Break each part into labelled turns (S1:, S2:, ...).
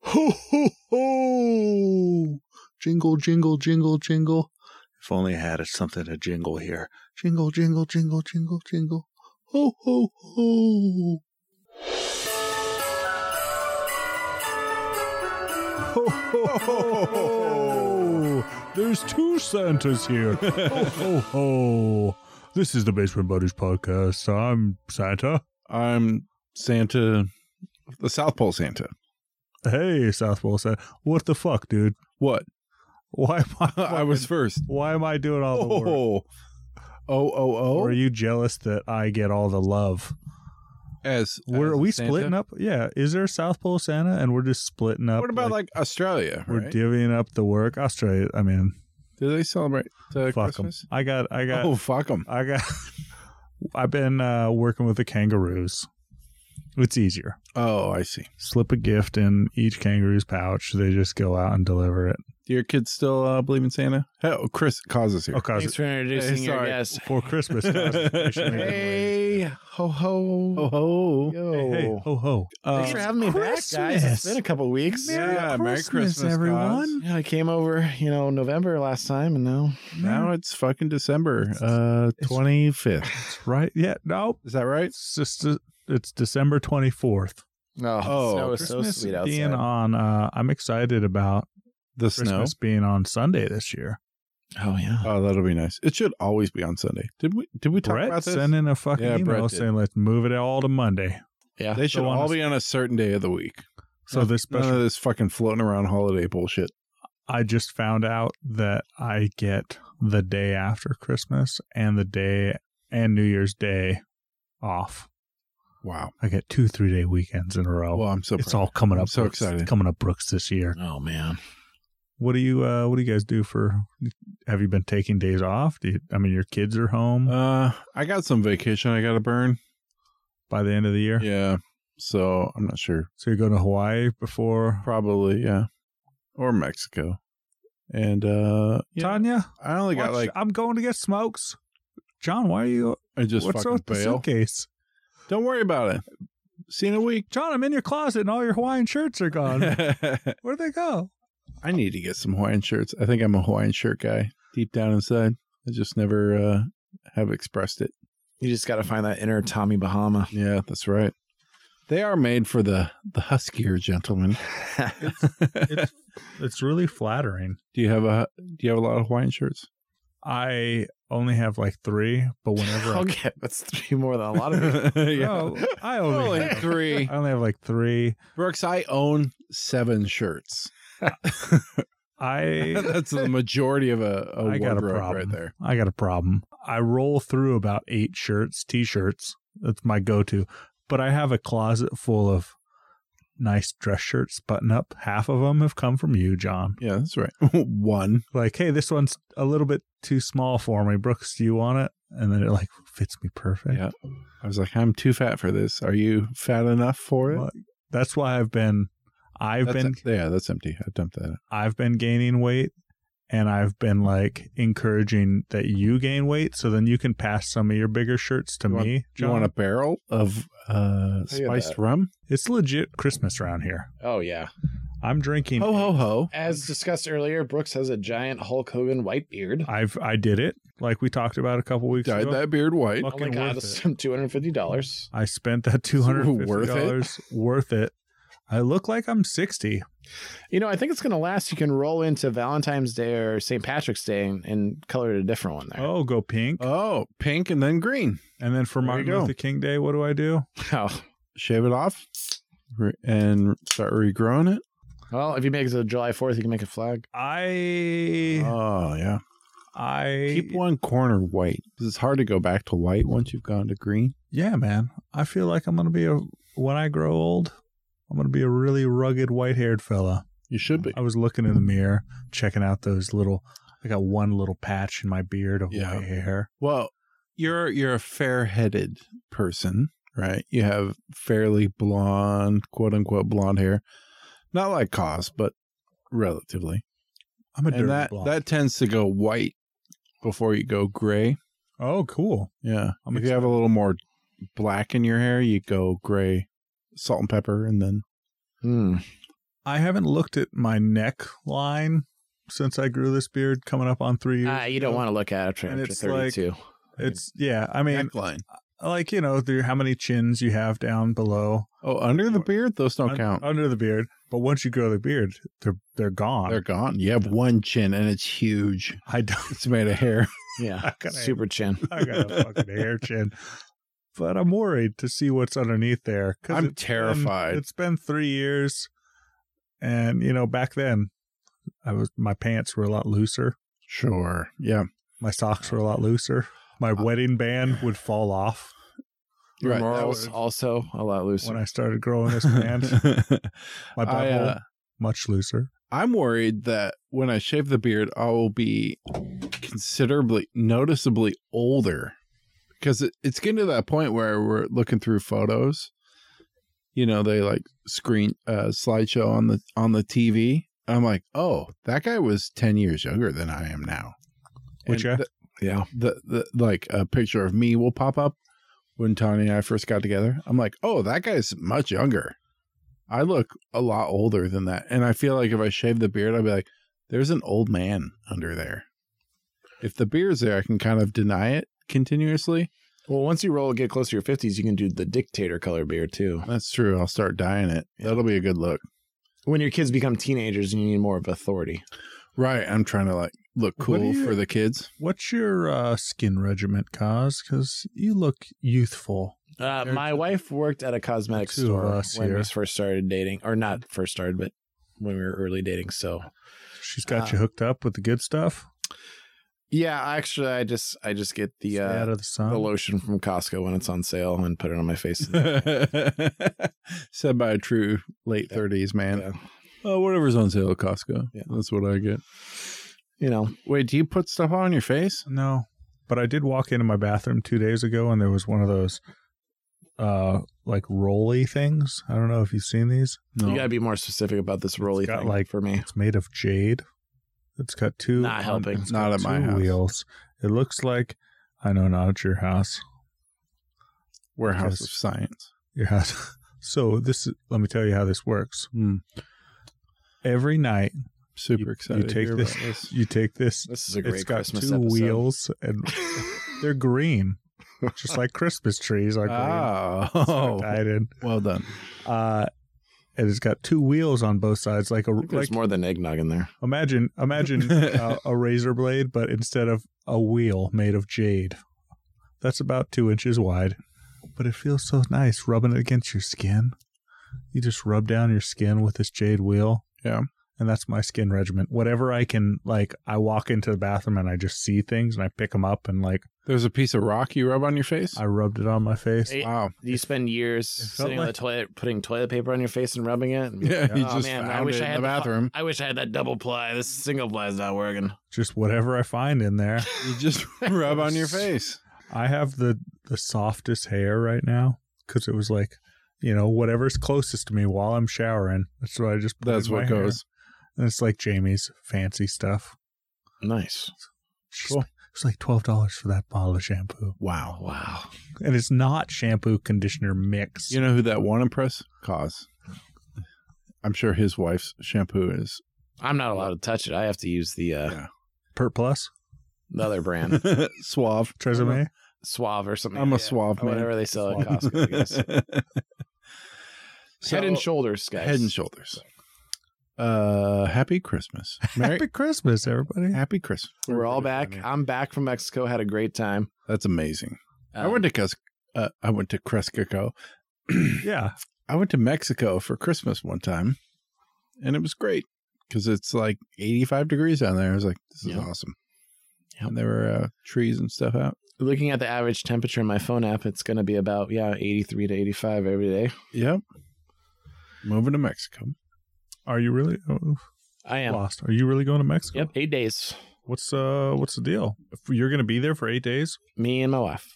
S1: Ho, ho, ho! Jingle, jingle, jingle, jingle. If only I had something to jingle here. Jingle, jingle, jingle, jingle, jingle. Ho, ho, ho! Ho, ho, ho, ho!
S2: There's two Santas here. ho, ho, ho. This is the Basement Buddies podcast. I'm Santa.
S3: I'm Santa, the South Pole Santa.
S2: Hey, South Pole Santa. What the fuck, dude?
S3: What?
S2: Why am I?
S3: I was first.
S2: Why am I doing all the work?
S3: Oh, oh, oh,
S2: Or
S3: oh.
S2: are you jealous that I get all the love?
S3: As,
S2: Where
S3: as
S2: are
S3: a
S2: we
S3: Santa?
S2: splitting up? Yeah. Is there a South Pole Santa and we're just splitting up?
S3: What about like, Australia?
S2: we're
S3: right?
S2: divvying up the work? Australia. I mean,
S3: Do they celebrate uh,
S2: fuck them.
S3: Christmas?
S2: I got. I got.
S3: Oh, fuck them.
S2: I got. I've been uh, working with the kangaroos. It's easier.
S3: Oh, I see.
S2: Slip a gift in each kangaroo's pouch. They just go out and deliver it.
S3: Do your kids still uh, believe in Santa? Hell, Chris causes here.
S2: Oh, cause
S4: Thanks for introducing
S3: Hey,
S4: your
S3: sorry.
S4: guest.
S2: for Christmas. guys, Commissioner Edwin.
S3: ho ho ho ho.
S2: Hey, hey, Oh, ho ho! Uh,
S4: Thanks for having me back, guys. It's been a couple weeks.
S3: Merry Yeah, Merry Christmas, Christmas, everyone.
S4: Yeah, I came over, you know, November last time, and now
S3: now it's fucking December
S2: It's-
S3: uh,
S2: it's-
S3: 25th.
S2: It's right. Yeah, no,
S3: Is that right?
S2: it's just uh, it's December twenty fourth.
S4: no,
S3: Oh,
S4: snow is so
S2: Christmas
S4: sweet outside.
S2: being on. Uh, I'm excited about
S3: The snow.
S2: Christmas being on Sunday this year.
S4: oh yeah,
S3: Oh, that'll be nice. It should always be on Sunday. Did we did we talk about
S2: Brett
S3: this?
S2: sending a fucking
S3: Yeah, Brett
S2: email
S3: did.
S2: saying let's move it all to Monday.
S4: yeah.
S3: They should
S2: So on
S3: all
S2: a-
S3: be on a certain day of the week.
S2: So
S3: No,
S2: this special,
S3: None of this fucking floating around holiday bullshit.
S2: I just found out that I get the day after Christmas and the day and New Year's Day off.
S3: Wow.
S2: I get two three day weekends in a row.
S3: Well, I'm so
S2: Oh, it's
S3: proud.
S2: all coming
S3: I'm
S2: up.
S3: so
S2: Brooks,
S3: excited.
S2: Coming up, Brooks this year.
S4: Oh man,
S2: What do you uh, What do you guys do for? Have you been taking days off? Do you, I mean, your kids are home
S3: Uh, I got some vacation I got to burn.
S2: by the end of the year,
S3: Yeah. So I'm not sure.
S2: so you're going to Hawaii before
S3: Probably yeah, or Mexico. And uh, yeah,
S2: Tanya.
S3: I only got
S2: watch-
S3: like
S2: I'm going to get smokes. John, why are you?
S3: I just
S2: what's up
S3: fucking
S2: with the
S3: bail.
S2: suitcase?
S3: Don't worry about it. See you in a week.
S2: John, I'm in your closet and all your Hawaiian shirts are gone.
S3: I
S2: Where'd they go?
S3: need to get some Hawaiian shirts. I think I'm a Hawaiian shirt guy deep down inside. I just never uh, have expressed it.
S4: you just got to find that inner Tommy Bahama.
S3: Yeah, that's right. They are made for the the huskier gentleman.
S2: It's, it's really flattering.
S3: do you have a Do you have a lot of Hawaiian shirts?
S2: I only have like three, but whenever I,
S4: okay, that's three more than a lot of.
S2: Oh,
S3: yeah.
S2: I
S3: Only
S2: only have,
S3: three.
S2: I only have like three.
S3: Brooks, I own seven shirts.
S2: I
S3: That's the majority of a, a
S2: I got a
S3: wardrobe
S2: problem.
S3: right there.
S2: I got a problem. I roll through about eight shirts, t-shirts. That's my go-to. But I have a closet full of nice dress shirts, button up. Half of them have come from you, John.
S3: Yeah, that's right. One.
S2: Like, hey, this one's a little bit too small for me. Brooks, do you want it? And then it like fits me perfect.
S3: Yeah. I was like, I'm too fat for this. Are you fat enough for it?
S2: Well, That's why I've been, I've
S3: That's e,
S2: been,
S3: yeah, that's empty. I dumped that.
S2: I've been gaining weight, and I've been like encouraging that you gain weight, so then you can pass some of your bigger shirts to
S3: You want-
S2: me.
S3: Do you want a barrel of uh,
S4: hear
S3: spiced
S4: that.
S3: rum?
S2: It's legit Christmas around here.
S4: Oh yeah.
S2: I'm drinking.
S3: Ho ho ho!
S4: As discussed earlier, Brooks has a giant Hulk Hogan white beard.
S2: I've I did it like we talked about a couple weeks
S3: Dyed
S2: ago.
S3: that beard white.
S2: Fuck.
S4: Oh my
S2: fucking
S4: god,
S2: worth
S4: this is two hundred fifty dollars.
S2: I spent that two hundred
S3: Worth
S2: fifty
S3: it?
S2: dollars worth it. I look like I'm sixty.
S4: You know, I think it's going to last. You can roll into Valentine's Day or St. Patrick's Day and, and color it a different one there.
S2: Oh, go pink.
S3: Oh, pink and then green.
S2: and then for
S3: there you
S2: Martin
S3: go.
S2: Luther King Day, what do I do?
S4: Oh.
S3: Shave it off re- and start regrowing it.
S4: Well, if you make it to July 4th, you can make a flag.
S2: I
S3: Oh yeah.
S2: I
S3: Keep one corner white 'cause it's hard to go back to white once you've gone to green.
S2: yeah, man. I feel like I'm gonna be a when I grow old. I'm gonna be a really rugged, white-haired fella.
S3: You should be.
S2: I was looking
S3: Mm-hmm.
S2: in the mirror, checking out those little. I got one little patch in my beard of
S3: Yeah.
S2: white hair.
S3: Well, you're you're a fair-headed person, right? You have fairly blonde, quote unquote, blonde hair. Not like Cos, but relatively.
S2: I'm a dirty
S3: And that
S2: blonde.
S3: that tends to go white before you go gray.
S2: oh, cool.
S3: Yeah.
S2: I'm
S3: if you have a little more black in your hair, you go gray, salt and pepper, and then
S4: Hmm.
S2: I haven't looked at my neck line since I grew this beard coming up on three years.
S4: Ah, you don't
S2: ago.
S4: want to look at it after,
S2: And
S4: after
S2: it's like-
S4: 32.
S2: It's yeah. I mean,
S3: Neckline.
S2: like you know, through how many chins you have down below
S3: Oh, under the beard, those don't
S2: un- uh,
S3: count.
S2: under the beard. But once you grow the beard, they're they're gone.
S3: They're gone. You have one chin, and it's huge.
S2: I don't.
S3: It's made of hair.
S4: yeah.
S2: I got,
S4: Super chin.
S2: I got a fucking hair chin. But I'm worried to see what's underneath there. 'cause
S3: I'm
S2: it's been-
S3: terrified.
S2: it's been three years, and you know, back then, I was my pants were a lot looser.
S3: Sure. Yeah.
S2: My socks were a lot looser. My wedding band would fall off
S4: Your
S3: Right, that was-
S4: morals also a lot
S2: when
S4: looser.
S2: I started growing this band. My butthole
S3: I, uh,
S2: much looser.
S3: I'm worried that when I shave the beard, I will be considerably, noticeably older because it, it's getting to that point where we're looking through photos. You know, they like screen uh, slideshow on the on the TV. I'm like, oh, that guy was ten years younger than I am now.
S2: Which
S3: And
S2: I-
S3: th-
S4: yeah.
S3: the, the like a picture of me will pop up when Tony and I first got together. I'm like, oh, that guy's much younger. I look a lot older than that, and I feel like if I shave the beard, I'd be like, there's an old man under there. If the beard's there, I can kind of deny it continuously.
S4: Well, once you roll, get close to your 50s, you can do the dictator color beard too.
S3: That's true. I'll start dyeing it. That'll be a good look.
S4: When your kids become teenagers and you need more of authority.
S3: Right. I'm trying to like look
S2: What do
S3: cool
S2: you-
S3: for the kids.
S2: What's your uh, skin regiment, Cause? Because you look youthful.
S4: Uh,
S2: There-
S4: my wife worked at a cosmetic
S2: Two of
S4: store
S2: us
S4: when
S2: here.
S4: we first started dating, or not first started, but when we were early dating. So
S2: She's got
S4: Uh,
S2: you hooked up with the good stuff.
S4: yeah, actually, I just I just get the
S2: Stay out
S4: uh,
S2: of the sun.
S4: the lotion from Costco when it's on sale and put it on my face.
S3: Said by a true late 30s man.
S4: Yeah.
S3: Oh, whatever's on sale at Costco.
S4: Yeah.
S3: That's what I get.
S4: you know,
S3: Wait, do you put stuff on your face?
S2: No, but I did walk into my bathroom two days ago, and there was one of those, uh, like rolly things. I don't know if you've seen these.
S4: you gotta be more specific about this rolly
S2: got,
S4: thing
S2: like,
S4: for me.
S2: It's made of jade. It's got two. um,
S4: Not helping.
S2: it's
S3: Not
S2: got
S3: at my
S2: two
S3: house.
S2: Wheels. It looks like. I know, not at your house.
S3: Warehouse of
S2: Because-
S3: Science.
S2: Your house. So this. is- Let me tell you how this works.
S3: Hmm.
S2: Every night,
S3: Super
S2: You-
S3: excited.
S2: you
S3: to
S2: take
S3: hear
S2: this-
S3: about this.
S2: you take this.
S4: This is a great
S2: It's got
S4: Christmas
S2: two
S4: episode.
S2: wheels, and they're green, just like Christmas trees are green.
S4: Ah.
S3: Oh,
S2: Tied in.
S3: well done.
S2: uh, and it's got two wheels on both sides, like a
S4: I think there's
S2: like
S4: more than eggnog in there.
S2: imagine imagine uh, a razor blade, but instead of a wheel made of jade, that's about two inches wide, but it feels so nice rubbing it against your skin. You just rub down your skin with this jade wheel.
S3: Yeah.
S2: And that's my skin regimen. Whatever I can, like, I walk into the bathroom and I just see things and I pick them up and, like,
S3: There's a piece of rock you rub on your face.
S2: I rubbed it on my face.
S4: Hey,
S3: wow.
S4: You spend years
S2: it felt
S4: sitting on the
S2: like-
S4: toilet, putting toilet paper on your face and rubbing it. And
S3: Yeah, you
S4: Oh,
S3: just
S4: man, I
S3: found
S4: wish
S3: it
S4: I
S3: in the
S4: had the fu-
S3: bathroom.
S4: I wish I had that double ply. This single ply is not working.
S2: Just whatever I find in there.
S3: you just rub on your face.
S2: I have the the softest hair right now because it was like, you know, whatever's closest to me while I'm showering. That's what I just. put
S3: That's
S2: in
S3: what
S2: my hair.
S3: goes.
S2: And it's like Jamie's fancy stuff.
S4: Nice.
S2: Cool. It's like twelve dollars for that bottle of shampoo,
S3: Wow.
S4: Wow.
S2: and it's not shampoo conditioner mix.
S3: You know who that one impress? Cause. I'm sure his wife's shampoo is.
S4: I'm not allowed to touch it. I have to use the uh,
S3: Yeah.
S2: Pert Plus,
S4: the other brand,
S3: suave.
S2: Tresemme.
S4: Suave or something.
S3: I'm a
S4: like that.
S3: suave
S4: Or
S3: man.
S4: whatever they sell at Costco. I guess.
S3: So-
S4: head and shoulders, guys.
S3: Head and shoulders. Uh, happy Christmas. Merry
S2: Happy Christmas, everybody!
S3: Happy Christmas.
S4: We're all back. I'm back from Mexico. Had a great time.
S3: That's amazing. I
S4: Um,
S3: went to Cus- uh, I went to Crescico.
S2: Yeah,
S3: I went to Mexico for Christmas one time, and it was great because it's like 85 degrees down there. I was like, this is
S4: Yeah.
S3: awesome.
S4: Yeah.
S3: And there were uh, trees and stuff out.
S4: Uh, looking at the average temperature in my phone app. It's going to be about yeah, 83 to 85 every day.
S3: Yep. Moving to Mexico.
S2: are you really oh,
S4: I am.
S2: lost? Are you really going to Mexico?
S4: Yep, eight days.
S2: What's uh What's the deal? If you're going to be there for eight days,
S4: Me and my wife,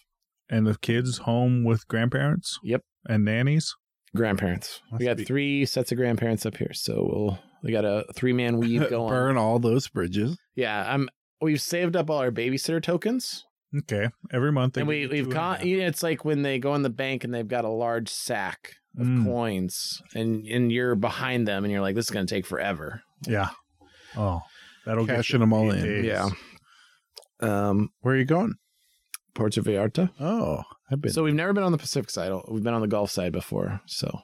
S2: and the kids home with grandparents.
S4: Yep.
S2: and nannies.
S4: grandparents. we got three sets of grandparents up here, so we'll we got a three man weave going.
S3: Burn all those bridges.
S4: Yeah, I'm. We've saved up all our babysitter tokens,
S2: Okay, every month. they
S4: and
S2: give
S4: we
S2: you
S4: we've
S2: two and a
S4: con- e-
S2: half.
S4: you know, It's like when they go in the bank and they've got a large sack of
S2: Mm.
S4: coins, and and you're behind them, and you're like, this is gonna take forever.
S2: Yeah. Oh, that'll get
S3: Cashing
S2: you
S3: them all
S2: eight
S3: in.
S2: days.
S4: Yeah. Um,
S3: Where are you going?
S4: Puerto Vallarta.
S3: Oh, I've been.
S4: So we've never been on the Pacific side. We've been on the Gulf side before. So,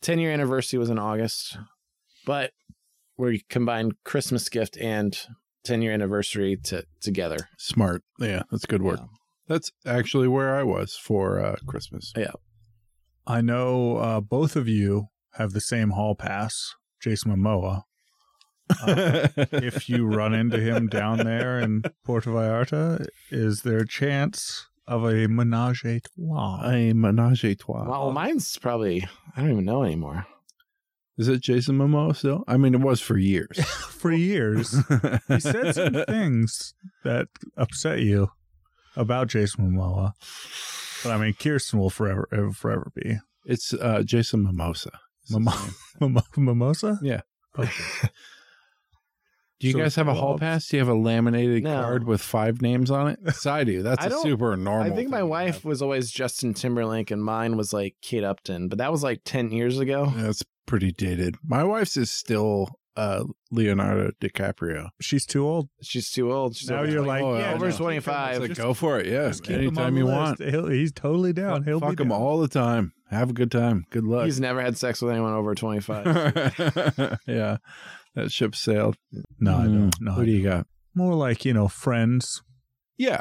S4: ten year anniversary was in August, but we combined Christmas gift and ten year anniversary to together.
S3: Smart. Yeah, that's good work.
S4: Yeah.
S3: That's actually where I was for uh, Christmas.
S2: I know uh, both of you have the same hall pass, Jason Momoa. Uh, if you run into him down there in Puerto Vallarta, is there a chance of a menage a trois?
S3: a menage a trois.
S4: Well, mine's probably I don't even know anymore.
S3: Is it Jason Momoa still? I mean, it was for years.
S2: For years, he said some things that upset you about Jason Momoa. But I mean, Kirsten will forever, ever- forever be
S3: It's uh, Jason Mimosa. is his
S2: Momo-
S3: name.
S2: Mimo- Mimosa.
S3: Yeah.
S2: Okay.
S3: Do you
S2: So
S3: guys have a
S2: it's
S3: hall
S2: Bob's.
S3: pass? Do you have a laminated
S4: No.
S3: card with five names on it? 'Cause I do. That's
S4: I
S3: a
S4: don't-
S3: super normal.
S4: I think my
S3: thing to
S4: wife
S3: have.
S4: was always Justin Timberlake, and mine was like Kate Upton, but that was like ten years ago.
S3: That's pretty dated. My wife's is still uh, Leonardo DiCaprio.
S2: She's too old.
S4: She's too old. She's
S2: Now
S4: over
S2: you're
S4: 20.
S2: like,
S3: Oh,
S2: yeah,
S4: over
S3: no.
S2: just keep him. It's
S4: 25.
S3: It's like,
S4: just-
S3: go for it. Yeah.
S2: Just keep him on
S3: Anytime
S2: the
S3: you
S2: list.
S3: want.
S2: He'll- he's totally down. He'll
S3: Fuck
S2: be
S3: him
S2: down.
S3: all the time. Have a good time. Good luck.
S4: He's never had sex with anyone over 25.
S3: yeah. That ship sailed.
S2: No, I
S3: Hmm.
S2: don't. No, I
S3: What do you got?
S2: more like you know friends.
S3: Yeah.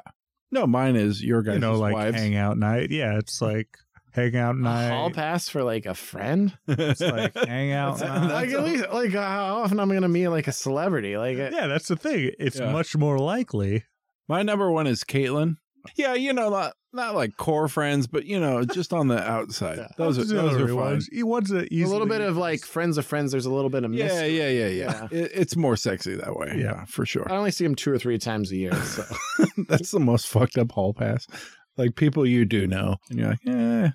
S3: No, mine is your guys'
S2: you know, like
S3: wives.
S2: hangout night. Yeah, it's like hangout
S4: A
S2: night.
S4: hall pass for like a friend?
S2: It's like hangout
S3: That's-
S2: night.
S4: like, at least, like, uh, how often I'm going to meet like a celebrity? Like, uh,
S2: yeah, that's the thing. It's
S3: Yeah.
S2: much more likely.
S3: My number one is Caitlin. Yeah, you know, not not like core friends, but you know, just on the outside.
S4: Yeah.
S3: Those are those are fun.
S2: Ones. He wants a
S4: a little bit of like friends of friends. There's a little bit of
S3: Yeah,
S4: mystery.
S3: yeah, yeah, yeah. It, it's more sexy that way.
S2: Yeah.
S3: Yeah, Uh, for sure.
S4: I only see him two or three times a year. So.
S3: That's the most fucked up hall pass. Like people you do know, and you're like, eh,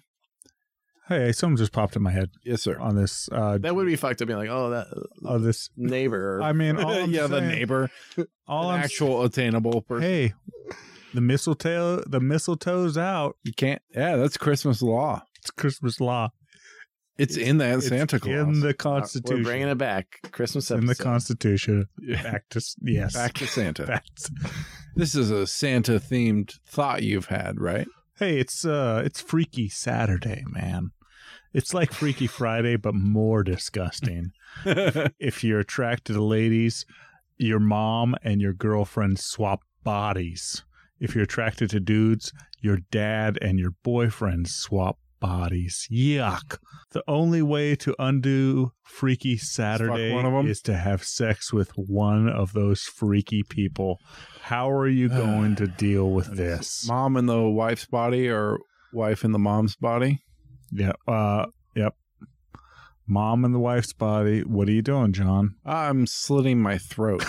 S2: Hey, something just popped in my head
S3: yes, sir.
S2: on this. Uh,
S4: that would be fucked up. Being like, oh, that
S2: on this.
S4: neighbor. uh,
S2: I mean, all I'm
S3: yeah, the
S2: saying-
S3: neighbor,
S2: All
S3: an
S2: I'm
S3: actual attainable person.
S2: Hey, the mistletoe. The mistletoe's out.
S3: You can't. Yeah, that's Christmas law.
S2: It's Christmas law.
S3: It's, in that
S2: It's
S3: Santa Claus.
S2: in the
S4: Uh,
S2: Constitution.
S4: We're bringing it back. Christmas
S2: in
S4: episode.
S2: the Constitution.
S3: Yeah.
S2: Back to yes.
S3: Back to Santa.
S2: Back to-
S3: This is a Santa themed thought you've had, right?
S2: Hey, it's uh it's Freaky Saturday, man. It's like Freaky Friday, but more disgusting. if you're attracted to ladies, your mom and your girlfriend swap bodies. If you're attracted to dudes, your dad and your boyfriend swap bodies. Yuck. The only way to undo Freaky Saturday
S3: one of 'em.
S2: is to have sex with one of those freaky people. How are you going to deal with this?
S3: mom in the wife's body or wife in the mom's body.
S2: Yeah. Uh. Yep. Mom and the wife's body. What are you doing, John?
S3: I'm slitting my throat.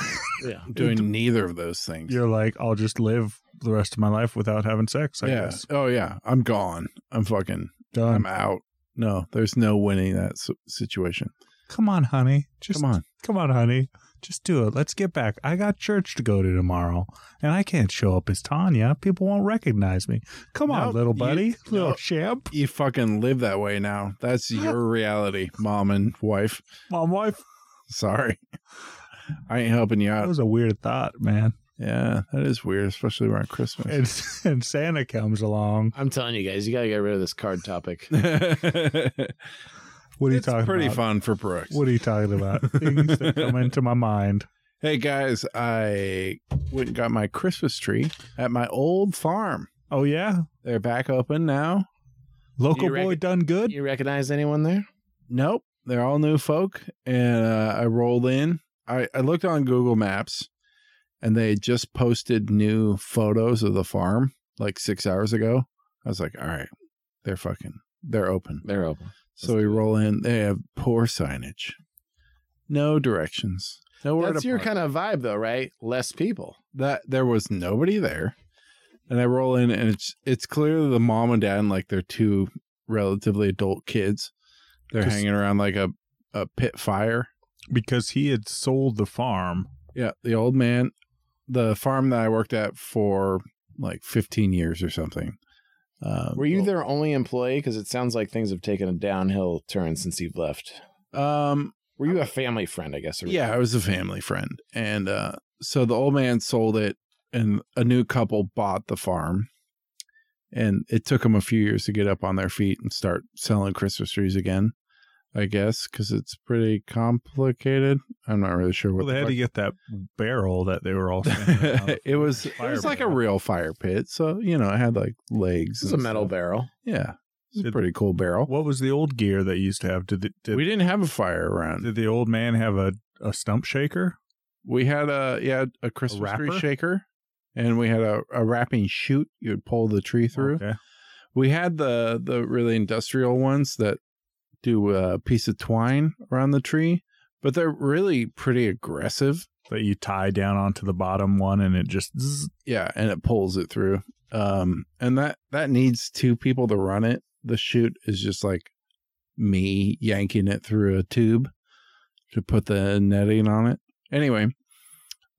S4: Yeah.
S3: I'm doing neither of those things.
S2: You're like, I'll just live the rest of my life without having sex. I
S3: yeah.
S2: guess.
S3: Oh yeah. I'm gone. I'm fucking.
S2: Done.
S3: I'm out. No, there's no winning that s- situation.
S2: Come on, honey. Just
S3: Come on.
S2: Come on, honey. Just do it. Let's get back. I got church to go to tomorrow, and I can't show up as Tanya. People won't recognize me. Come on,
S3: Nope,
S2: little
S3: you-
S2: buddy, little
S3: nope.
S2: champ.
S3: You fucking live that way now. That's your reality, mom and wife.
S2: Mom, wife.
S3: Uh, Sorry. I ain't helping you
S2: That
S3: out.
S2: was a weird thought, man.
S3: Yeah, that is weird, especially around Christmas.
S2: And, and Santa comes along.
S4: I'm telling you guys, you got to get rid of this card topic.
S2: What are
S3: it's
S2: you talking
S3: pretty
S2: about?
S3: fun for Brooks.
S2: What are you talking about? Things that come into my mind.
S3: Hey guys, I went and got my Christmas tree at my old farm.
S2: Oh yeah,
S3: They're back open now.
S2: local
S4: You reckon-
S2: boy done good.
S4: You recognize anyone there?
S3: Nope, they're all new folk. And uh, I rolled in. I, I looked on Google Maps and they had just posted new photos of the farm like six hours ago. I was like, all right, they're fucking, they're open.
S4: They're open.
S3: So we roll in. They have poor signage, no directions, nowhere
S4: That's
S3: to
S4: your
S3: park.
S4: kind of vibe, though, right? Less people.
S3: that there was nobody there. And I roll in and it's it's clear the mom and dad and like their two relatively adult kids. They're
S2: Just-
S3: hanging around like a, a pit fire.
S2: because he had sold the farm.
S3: Yeah, the old man, the farm that I worked at for like 15 years or something. Um,
S4: Were you their only employee? Because it sounds like things have taken a downhill turn since you've left.
S3: Um,
S4: Were you a family friend? I guess. or-
S3: yeah, I was a family friend, and uh, so the old man sold it, and a new couple bought the farm, and it took them a few years to get up on their feet and start selling Christmas trees again. I guess because it's pretty complicated. I'm not really sure what
S2: Well, they
S3: the
S2: had to
S3: fuck-
S2: get that barrel that they were all. standing around the
S3: it was it
S2: fire
S3: was like a
S2: pit.
S3: real fire pit, so you know it had like legs.
S4: This is a
S3: and
S4: metal
S3: stuff.
S4: barrel.
S3: Yeah, it's a
S2: Did-
S3: pretty cool barrel.
S2: What was the old gear they used to have? Did the, did,
S3: we didn't have a fire around.
S2: did the old man have a, a stump shaker?
S3: We had a yeah a Christmas tree
S2: wrapper?
S3: shaker, and we had a, a wrapping chute you would pull the tree through.
S2: Okay.
S3: We had the the really industrial ones that do a piece of twine around the tree, but they're really pretty aggressive.
S2: That you tie down onto the bottom one and it just. zzz.
S3: Yeah, and it pulls it through. Um, and that that needs two people to run it. The chute is just like me yanking it through a tube to put the netting on it. Anyway,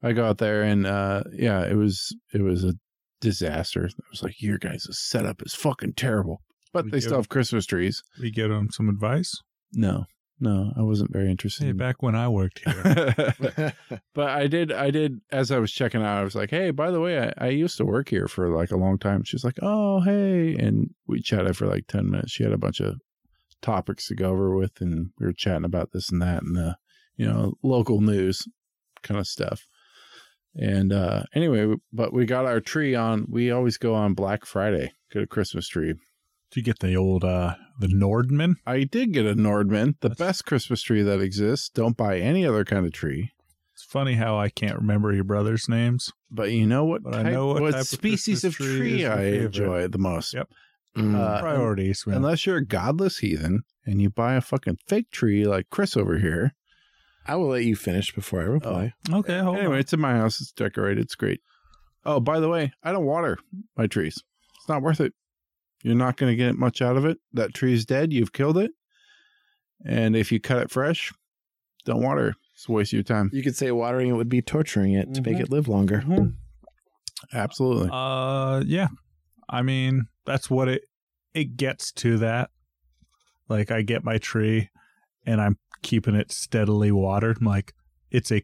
S3: I got there and uh, yeah, it was it was a disaster. I was like, your guys' setup is fucking terrible. But
S2: We
S3: they
S2: do.
S3: still have Christmas trees.
S2: We give him some advice.
S3: No, no, I wasn't very interested.
S2: Hey,
S3: in-
S2: back when I worked here.
S3: but I did, I did, as I was checking out, I was like, hey, by the way, I, I used to work here for like a long time. She's like, oh, hey. And we chatted for like 10 minutes. She had a bunch of topics to go over with, and we were chatting about this and that and the, you know, local news kind of stuff. And uh anyway, but we got our tree on, we always go on Black Friday, get a Christmas tree.
S2: Did you get the old, uh, the Nordman?
S3: I did get a Nordman, the
S2: That's-
S3: best Christmas tree that exists. Don't buy any other kind of tree.
S2: It's funny how I can't remember your brother's names.
S3: but you know what
S2: But I
S3: type,
S2: know what
S3: what,
S2: type of
S3: species of tree,
S2: Christmas tree is your
S3: I
S2: favorite.
S3: enjoy the most.
S2: Yep.
S4: Mm.
S3: Uh,
S2: Priorities. man.
S3: Unless you're a godless heathen and you buy a fucking fake tree like Chris over here.
S4: I will let you finish before I reply.
S2: okay, hold
S3: anyway, it's in my house. It's decorated. It's great. Oh, by the way, I don't water my trees. It's not worth it. You're not going to get much out of it. That tree's dead. You've killed it. And if you cut it fresh, don't water. It's a waste of your time.
S4: You could say watering it would be torturing it to make it live longer.
S3: Absolutely.
S2: on. Uh, yeah. I mean, that's what it, it gets to that. Like, I get my tree and I'm keeping it steadily watered. I'm like, it's a,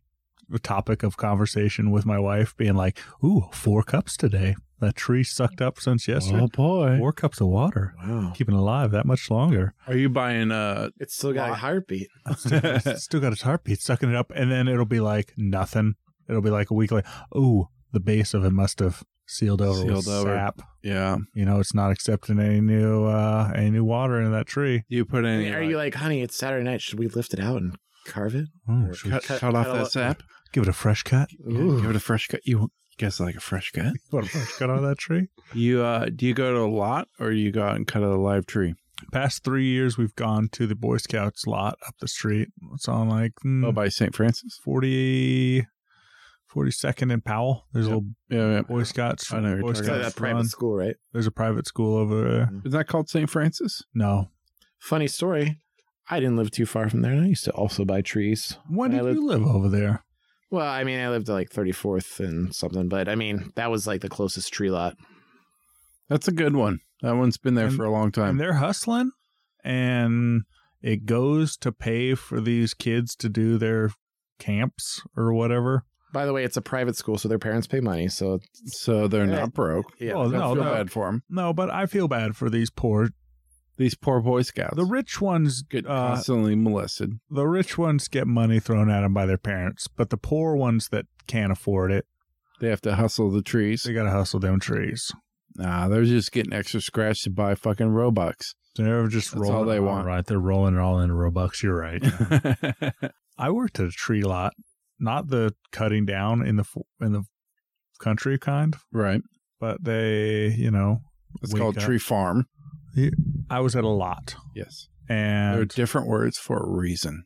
S2: a topic of conversation with my wife being like, ooh, four cups today. That tree sucked up since yesterday.
S3: boy.
S2: Four cups of water.
S4: Wow.
S2: Keeping it alive that much longer.
S3: Are you buying uh
S4: It's still got a
S3: Wow.
S4: heartbeat.
S2: still, got- still got its heartbeat sucking it up, and then it'll be like nothing. It'll be like a week later. Ooh, the base of it must have sealed over with
S3: Sealed over.
S2: sap.
S3: yeah.
S2: You know, it's not accepting any new uh any new water in that tree.
S3: Do you put any
S4: Are you like, honey, it's Saturday night. Should we lift it out and carve it?
S2: Ooh, should we
S3: cut, cut,
S4: Cut- cut
S3: off
S4: a
S3: that
S4: lot-
S3: sap.
S2: give it a fresh cut.
S3: Yeah, give it a fresh cut. You, you guys like a fresh cut?
S2: Put a fresh cut on that tree.
S3: You uh, do you go to a lot or you go out and cut a live tree?
S2: Past three years, we've gone to the Boy Scouts lot up the street. It's on like mm,
S3: Oh, by St. Francis.
S2: 40, 42nd and Powell. There's a
S3: Yep.
S2: little
S3: Yeah, yeah.
S2: Boy Scouts.
S3: I know you're
S2: Boy
S3: talking
S4: It's got
S3: about.
S2: Scouts
S4: that private
S2: run.
S4: school, right?
S2: There's a private school over there.
S3: Is that called St. Francis?
S2: No,
S4: Funny story. I didn't live too far from there. and I used to also buy trees.
S2: Why
S4: And I
S2: did
S4: lived-
S2: you live over there?
S4: Well, I mean, I lived at like 34th and something, but I mean, that was like the closest tree lot.
S3: That's a good one. That one's been there
S2: And-
S3: for a long
S2: And
S3: time.
S2: they're hustling, and it goes to pay for these kids to do their camps or whatever.
S4: By the way, it's a private school, so their parents pay money. So,
S3: So they're not broke.
S4: yeah.
S2: Oh,
S3: Don't
S2: no,
S3: feel
S2: no.
S3: bad for them.
S2: No, but I feel bad for these poor.
S3: These poor Boy Scouts
S2: The rich ones
S3: get
S2: uh,
S3: constantly molested.
S2: the rich ones get money thrown at them by their parents, but the poor ones that can't afford it,
S3: They have to hustle the trees.
S2: they gotta hustle them trees.
S3: Nah, they're just getting extra scratch to buy fucking Robux.
S2: They're just
S3: That's all
S2: rolling
S3: they
S2: it all,
S3: want.
S2: right? They're rolling it all into Robux. You're right. I worked at a tree lot, not the cutting down in the f- in the country kind,
S3: right.
S2: but they, you know,
S3: It's
S2: Wake
S3: called
S2: up.
S3: Tree Farm.
S2: I was at a lot,
S3: Yes. There are
S2: and
S3: different words for a reason.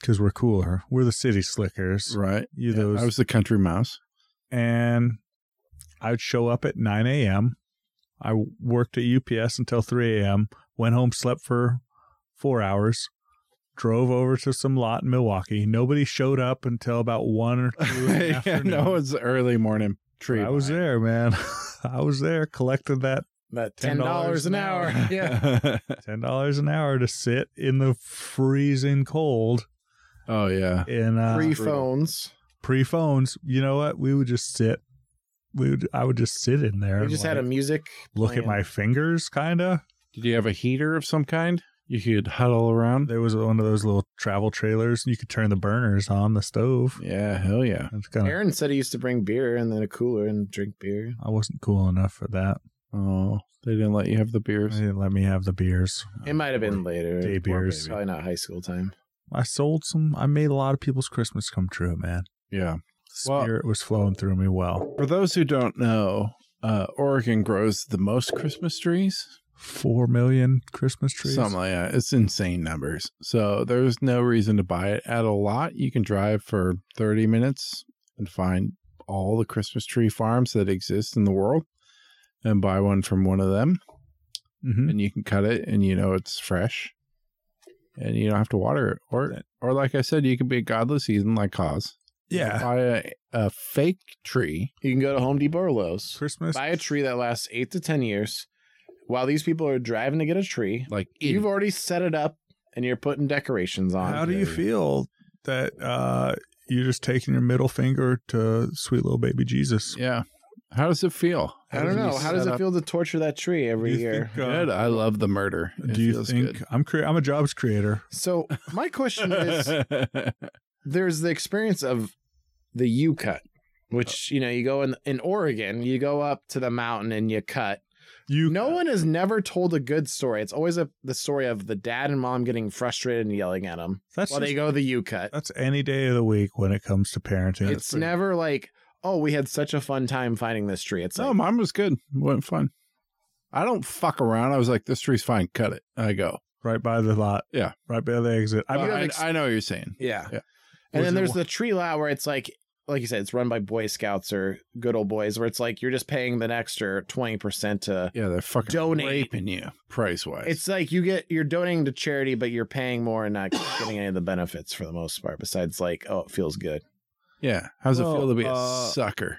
S2: because we're cooler, we're the city slickers.
S3: Right.
S2: You
S3: Yeah,
S2: those,
S3: I was the country mouse.
S2: and I'd show up at 9 a.m. I worked at UPS until 3 a.m. Went home, slept for four hours. Drove over to some lot in Milwaukee. Nobody showed up until about one or two in the
S3: yeah,
S2: afternoon.
S3: no, it's early morning tree.
S2: I was
S3: line.
S2: there, man. I was there collecting that
S4: But ten
S2: $10
S4: dollars an
S2: an
S4: hour.
S2: hour.
S4: yeah.
S2: ten dollars an hour to sit in the freezing cold
S3: oh yeah.
S2: in uh,
S4: Free
S3: brutal.
S4: phones.
S2: pre phones. You know what? We would just sit. We would. I would just sit in there.
S4: We
S2: and,
S4: just had a
S2: like,
S4: music.
S2: look at
S4: playing.
S2: my fingers, kind of.
S3: Did you have a heater of some kind? You could huddle around.
S2: There was one of those little travel trailers, and you could turn the burners on the stove.
S3: Yeah, hell yeah.
S2: That's kind of.
S4: Aaron said he used to bring beer and then a cooler and drink beer.
S2: I wasn't cool enough for that.
S3: Oh, they didn't let you have the
S2: They
S3: beers.
S2: didn't let me have the beers.
S4: It might have been later.
S2: Oh, Day
S4: Poor
S2: beers.
S4: baby. Probably not high school time.
S2: I sold some. I made a lot of people's Christmas come true, man.
S3: Yeah.
S2: The
S3: Well-
S2: spirit was flowing through me well.
S3: For those who don't know, uh, Oregon grows the most Christmas trees.
S2: Four million Christmas trees.
S3: Something like that. It's insane numbers. So there's no reason to buy it at a lot. You can drive for 30 minutes and find all the Christmas tree farms that exist in the world and buy one from one of them.
S2: Mhm.
S3: And you can cut it and you know it's fresh. And you don't have to water it. Or or like I said, you could be a godless heathen like cause.
S2: Yeah.
S3: Buy a, a fake tree.
S4: You can go to Home Depot or Lowe's,
S2: Christmas.
S4: buy a tree that lasts eight to ten years. While these people are driving to get a tree,
S3: Like
S4: you've already set it up and you're putting decorations on.
S2: How do you feel that uh, you're just taking your middle finger to sweet little baby Jesus?
S3: Yeah. How does it feel?
S4: I don't
S3: do you
S4: know. How does
S3: set
S4: it
S3: up-
S4: feel to torture that tree every
S2: Do you
S4: year?
S2: think, uh,
S3: Good. I love the murder. It
S2: do you
S3: feels
S2: think
S3: good.
S2: I'm cre- I'm a jobs creator?
S4: So my question is: there's the experience of the U cut, which
S2: Oh.
S4: you know you go in in Oregon, you go up to the mountain and you cut.
S2: You
S4: No one has never told a good story. It's always a, the story of the dad and mom getting frustrated and yelling at him
S2: That's
S4: while they
S2: just-
S4: go the U cut.
S2: that's any day of the week when it comes to parenting.
S4: It's never like, oh, we had such a fun time finding this tree. It's
S3: No,
S4: like,
S3: mine was good. Went fine. I don't fuck around. I was like, this tree's fine. Cut it. I go.
S2: right by the lot.
S3: Yeah.
S2: right by the exit. I
S3: I,
S2: mean,
S4: have
S3: I,
S4: ex-
S3: I know what you're saying.
S4: yeah.
S3: Yeah.
S4: And
S2: Was
S4: then
S2: it
S4: there's
S2: one-
S4: the tree lot where it's like, like you said, it's run by Boy Scouts or good old boys, where it's like you're just paying the extra twenty percent to
S3: Yeah, they're fucking
S4: Donate.
S3: raping you price wise.
S4: It's like you get you're donating to charity, but you're paying more and not getting any of the benefits for the most part. Besides, like, oh, it feels good.
S3: yeah. How does
S2: Well,
S3: it feel to be a
S2: uh,
S3: sucker?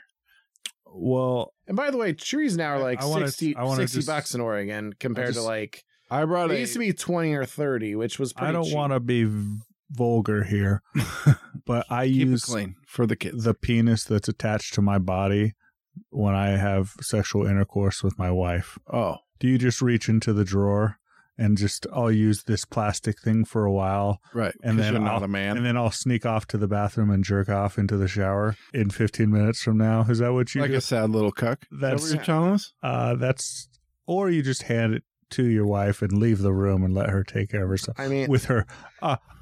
S2: well,
S4: And by the way, trees now are like
S2: I wanna-
S4: 60,
S2: I wanna
S4: 60
S2: just-
S4: bucks in Oregon compared
S3: just-
S4: to like
S3: I brought
S4: it
S3: a.
S4: used to be twenty or thirty, which was pretty
S2: I don't
S4: cheap.
S2: want to be v- vulgar here, but I
S3: keep it
S2: use
S3: clean for the kids.
S2: the penis that's attached to my body when I have sexual intercourse with my wife.
S3: oh,
S2: Do you just reach into the drawer and just I'll use this plastic thing for a while
S3: right.
S2: And
S3: 'cause
S2: then
S3: you're not
S2: I'll-
S3: a man.
S2: and then I'll sneak off to the bathroom and jerk off into the shower in 15 minutes from now? Is that what you
S3: like
S2: do?
S3: a sad little cuck. Is that what
S2: That's-
S3: you're telling us?
S2: uh that's or you just hand it to your wife and leave the room and let her take care of herself
S4: I mean,
S2: with her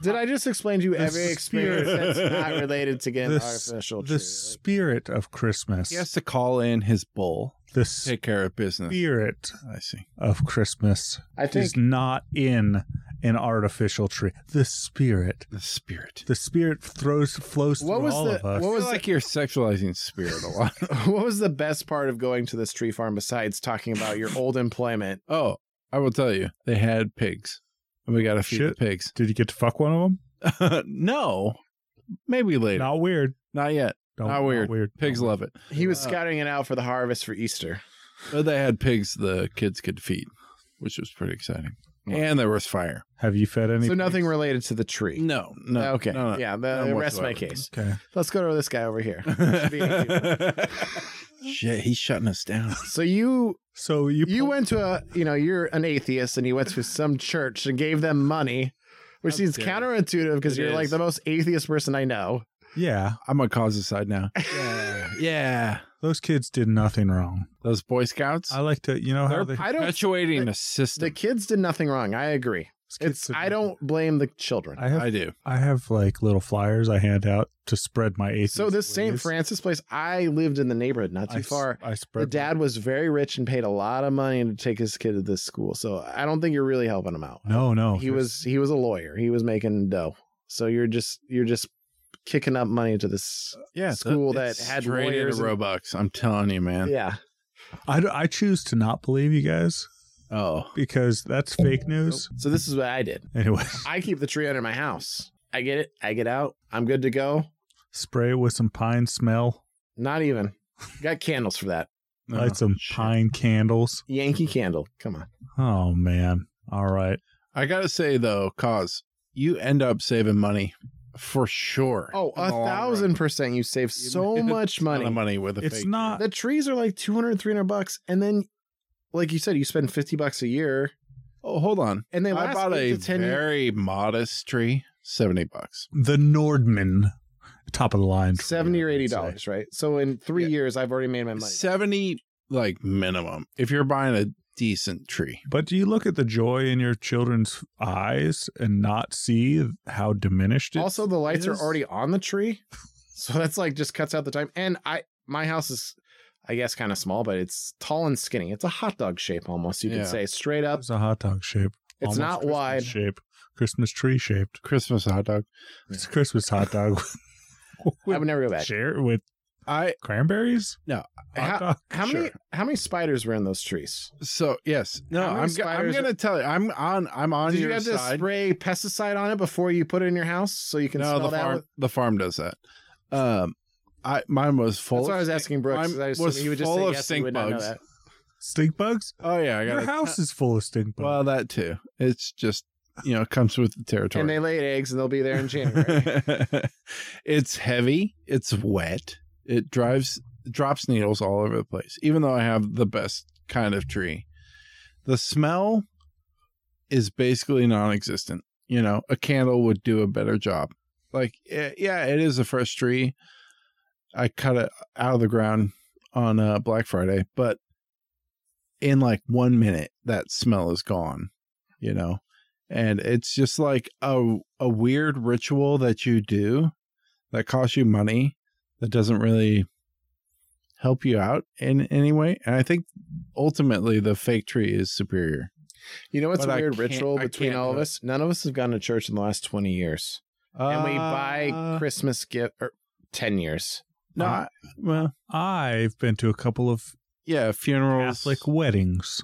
S4: did I just explain to you
S2: The
S4: every experience
S2: spirit-
S4: that's not related to getting
S2: the s-
S4: artificial tree?
S2: the spirit of Christmas.
S3: He has to call in his bull.
S2: The
S3: Take care of business.
S2: spirit
S3: I see.
S2: of Christmas
S4: I think
S2: is not in an artificial tree. The spirit.
S3: The spirit.
S2: The spirit throws flows
S4: What
S2: through
S4: was
S2: all
S4: the-
S2: of us.
S4: what
S3: I
S4: was
S3: feel like you're sexualizing spirit a lot.
S4: what was the best part of going to this tree farm besides talking about your old employment?
S3: oh, I will tell you. They had pigs. And we got to feed
S2: Shit.
S3: the pigs.
S2: Did you get to fuck one of them?
S3: no, maybe later. Not,
S2: Not weird.
S3: yet.
S2: Don't,
S3: Not weird.
S2: weird.
S3: Pigs
S2: Don't-
S3: love it.
S4: He was
S3: Uh,
S4: scouting it out for the harvest for Easter.
S3: But they had pigs the kids could feed, which was pretty exciting.
S4: Wow.
S3: And there was fire.
S2: Have you fed any?
S4: So nothing
S2: pigs?
S4: related to the tree.
S3: No, no.
S4: okay.
S3: no, no.
S4: Yeah, the,
S3: None
S4: rest of my
S3: whatsoever.
S4: case.
S2: Okay.
S4: Let's go to this guy over here.
S3: Shit, he's shutting us down.
S4: So you
S2: So you
S4: you went to a you know you're an atheist and you went to some church and gave them money, which
S3: How
S4: seems
S3: dare you.
S4: counterintuitive because
S3: It
S4: you're like
S3: is.
S4: the most atheist person I know.
S2: Yeah,
S3: I'm on cause's side now. Yeah. yeah.
S2: those kids did nothing wrong.
S3: Those Boy Scouts
S2: I like to, you know how
S3: They're
S2: they.
S4: I don't.
S3: perpetuating a
S4: The
S3: system.
S4: kids did nothing wrong. I agree.
S2: those kids
S4: It's
S2: did
S4: I
S2: nothing-
S4: don't blame the children.
S2: I have
S3: I do.
S2: I have like little flyers I hand out to spread my atheist.
S4: so this St.
S2: beliefs.
S4: Francis place, I lived in the neighborhood, not
S2: I
S4: too
S2: s-
S4: far.
S2: I
S4: The
S2: spread
S4: dad was very rich and paid a lot of money to take his kid to this school. So I don't think you're really helping him out.
S2: No, no.
S4: he was he was a lawyer. He was making dough. So you're just you're just kicking up money to this.
S3: Yeah.
S4: School
S3: it's
S4: that had
S3: straight
S4: lawyers
S3: into
S4: and-
S3: Robux. I'm telling you, man.
S4: Yeah.
S2: I, d- I choose to not believe you guys
S3: Oh,
S2: because that's fake news.
S4: So this is what I did.
S2: Anyway,
S4: I keep the tree under my house. I get it. I get out. I'm good to go.
S2: spray it with some pine smell.
S4: Not even. Got candles for that.
S2: Light some
S3: oh, shit.
S2: pine candles.
S4: Yankee Candle. Come on.
S2: Oh man. All right.
S3: I gotta say though, cause you end up saving money for sure.
S4: Oh,
S3: in
S4: a
S3: the long
S4: thousand
S3: run.
S4: percent. You save
S3: You
S4: so
S3: made a
S4: much
S3: ton of
S4: money.
S3: money with a
S2: It's
S3: fake.
S2: not
S4: The trees are like 200, 300 bucks. And then, like you said, you spend 50 bucks a year
S3: Oh, hold on.
S4: and they
S3: I
S4: last
S3: bought
S4: eight
S3: a
S4: to 10 years.
S3: very modest tree, seventy bucks.
S2: the Nordman top of the line. tree,
S4: 70 or
S2: I'd
S4: 80
S2: say.
S4: dollars, right? So in three
S3: Yeah.
S4: years, I've already made my money.
S3: Seventy, like minimum, if you're buying a decent tree.
S2: But do you look at the joy in your children's eyes and not see how diminished it
S4: also, the lights are
S2: is?
S4: already on the tree. So that's like just cuts out the time. And I, my house is, I guess, kind of small, but it's tall and skinny. It's a hot dog shape almost, you
S3: Yeah.
S4: could say, straight up.
S2: It's a hot dog shape.
S4: It's
S2: Almost
S4: not
S2: Christmas
S4: wide.
S2: shape. Christmas tree shaped.
S3: Christmas hot dog.
S2: It's a Christmas hot dog.
S4: I would never go back.
S2: Share with
S3: I
S2: cranberries.
S3: No.
S2: Hot
S4: How-
S2: dog?
S4: How many
S3: Sure.
S4: how many spiders were in those trees?
S3: so yes. No,
S4: How many
S3: I'm go- I'm
S4: spiders-
S3: gonna tell you. I'm on I'm on
S4: Did
S3: your
S4: you have to
S3: side.
S4: spray pesticide on it before you put it in your house so you can
S3: no,
S4: smell
S3: the
S4: that?
S3: farm
S4: with-
S3: the farm does that. Um I mine was full
S4: That's why I
S3: of
S4: was asking Brooks. 'cause
S3: Mine
S4: I was,
S3: was
S4: assuming he would just
S3: full
S4: say
S3: of
S4: yes, he
S3: stink
S4: would not know
S3: bugs.
S4: that.
S2: Stink bugs?
S3: Oh yeah, I got
S2: Your
S3: a-
S2: house is full of stink bugs.
S3: Well, that too. It's just you know, it comes with the
S4: And
S3: territory.
S4: they laid eggs and they'll be there in January.
S3: it's heavy, it's wet, it drives drops needles all over the place. Even though I have the best kind of tree. The smell is basically non existent. You know, a candle would do a better job. Like eh, yeah, it is a fresh tree. I cut it out of the ground on uh, Black Friday, but in like one minute that smell is gone, you know? And it's just like a, a weird ritual that you do that costs you money that doesn't really help you out in any way. And I think ultimately the fake tree is superior.
S4: you know what's
S3: But
S4: a
S3: I
S4: weird
S3: can't-
S4: ritual
S3: I
S4: between
S3: can't
S4: all of
S3: do it.
S4: us? None of us have gone to church in the last twenty years, and we buy
S3: Uh,
S4: Christmas gift or ten years.
S3: No, I- well,
S2: I've been to a couple of
S3: yeah, funerals.
S2: Catholic weddings,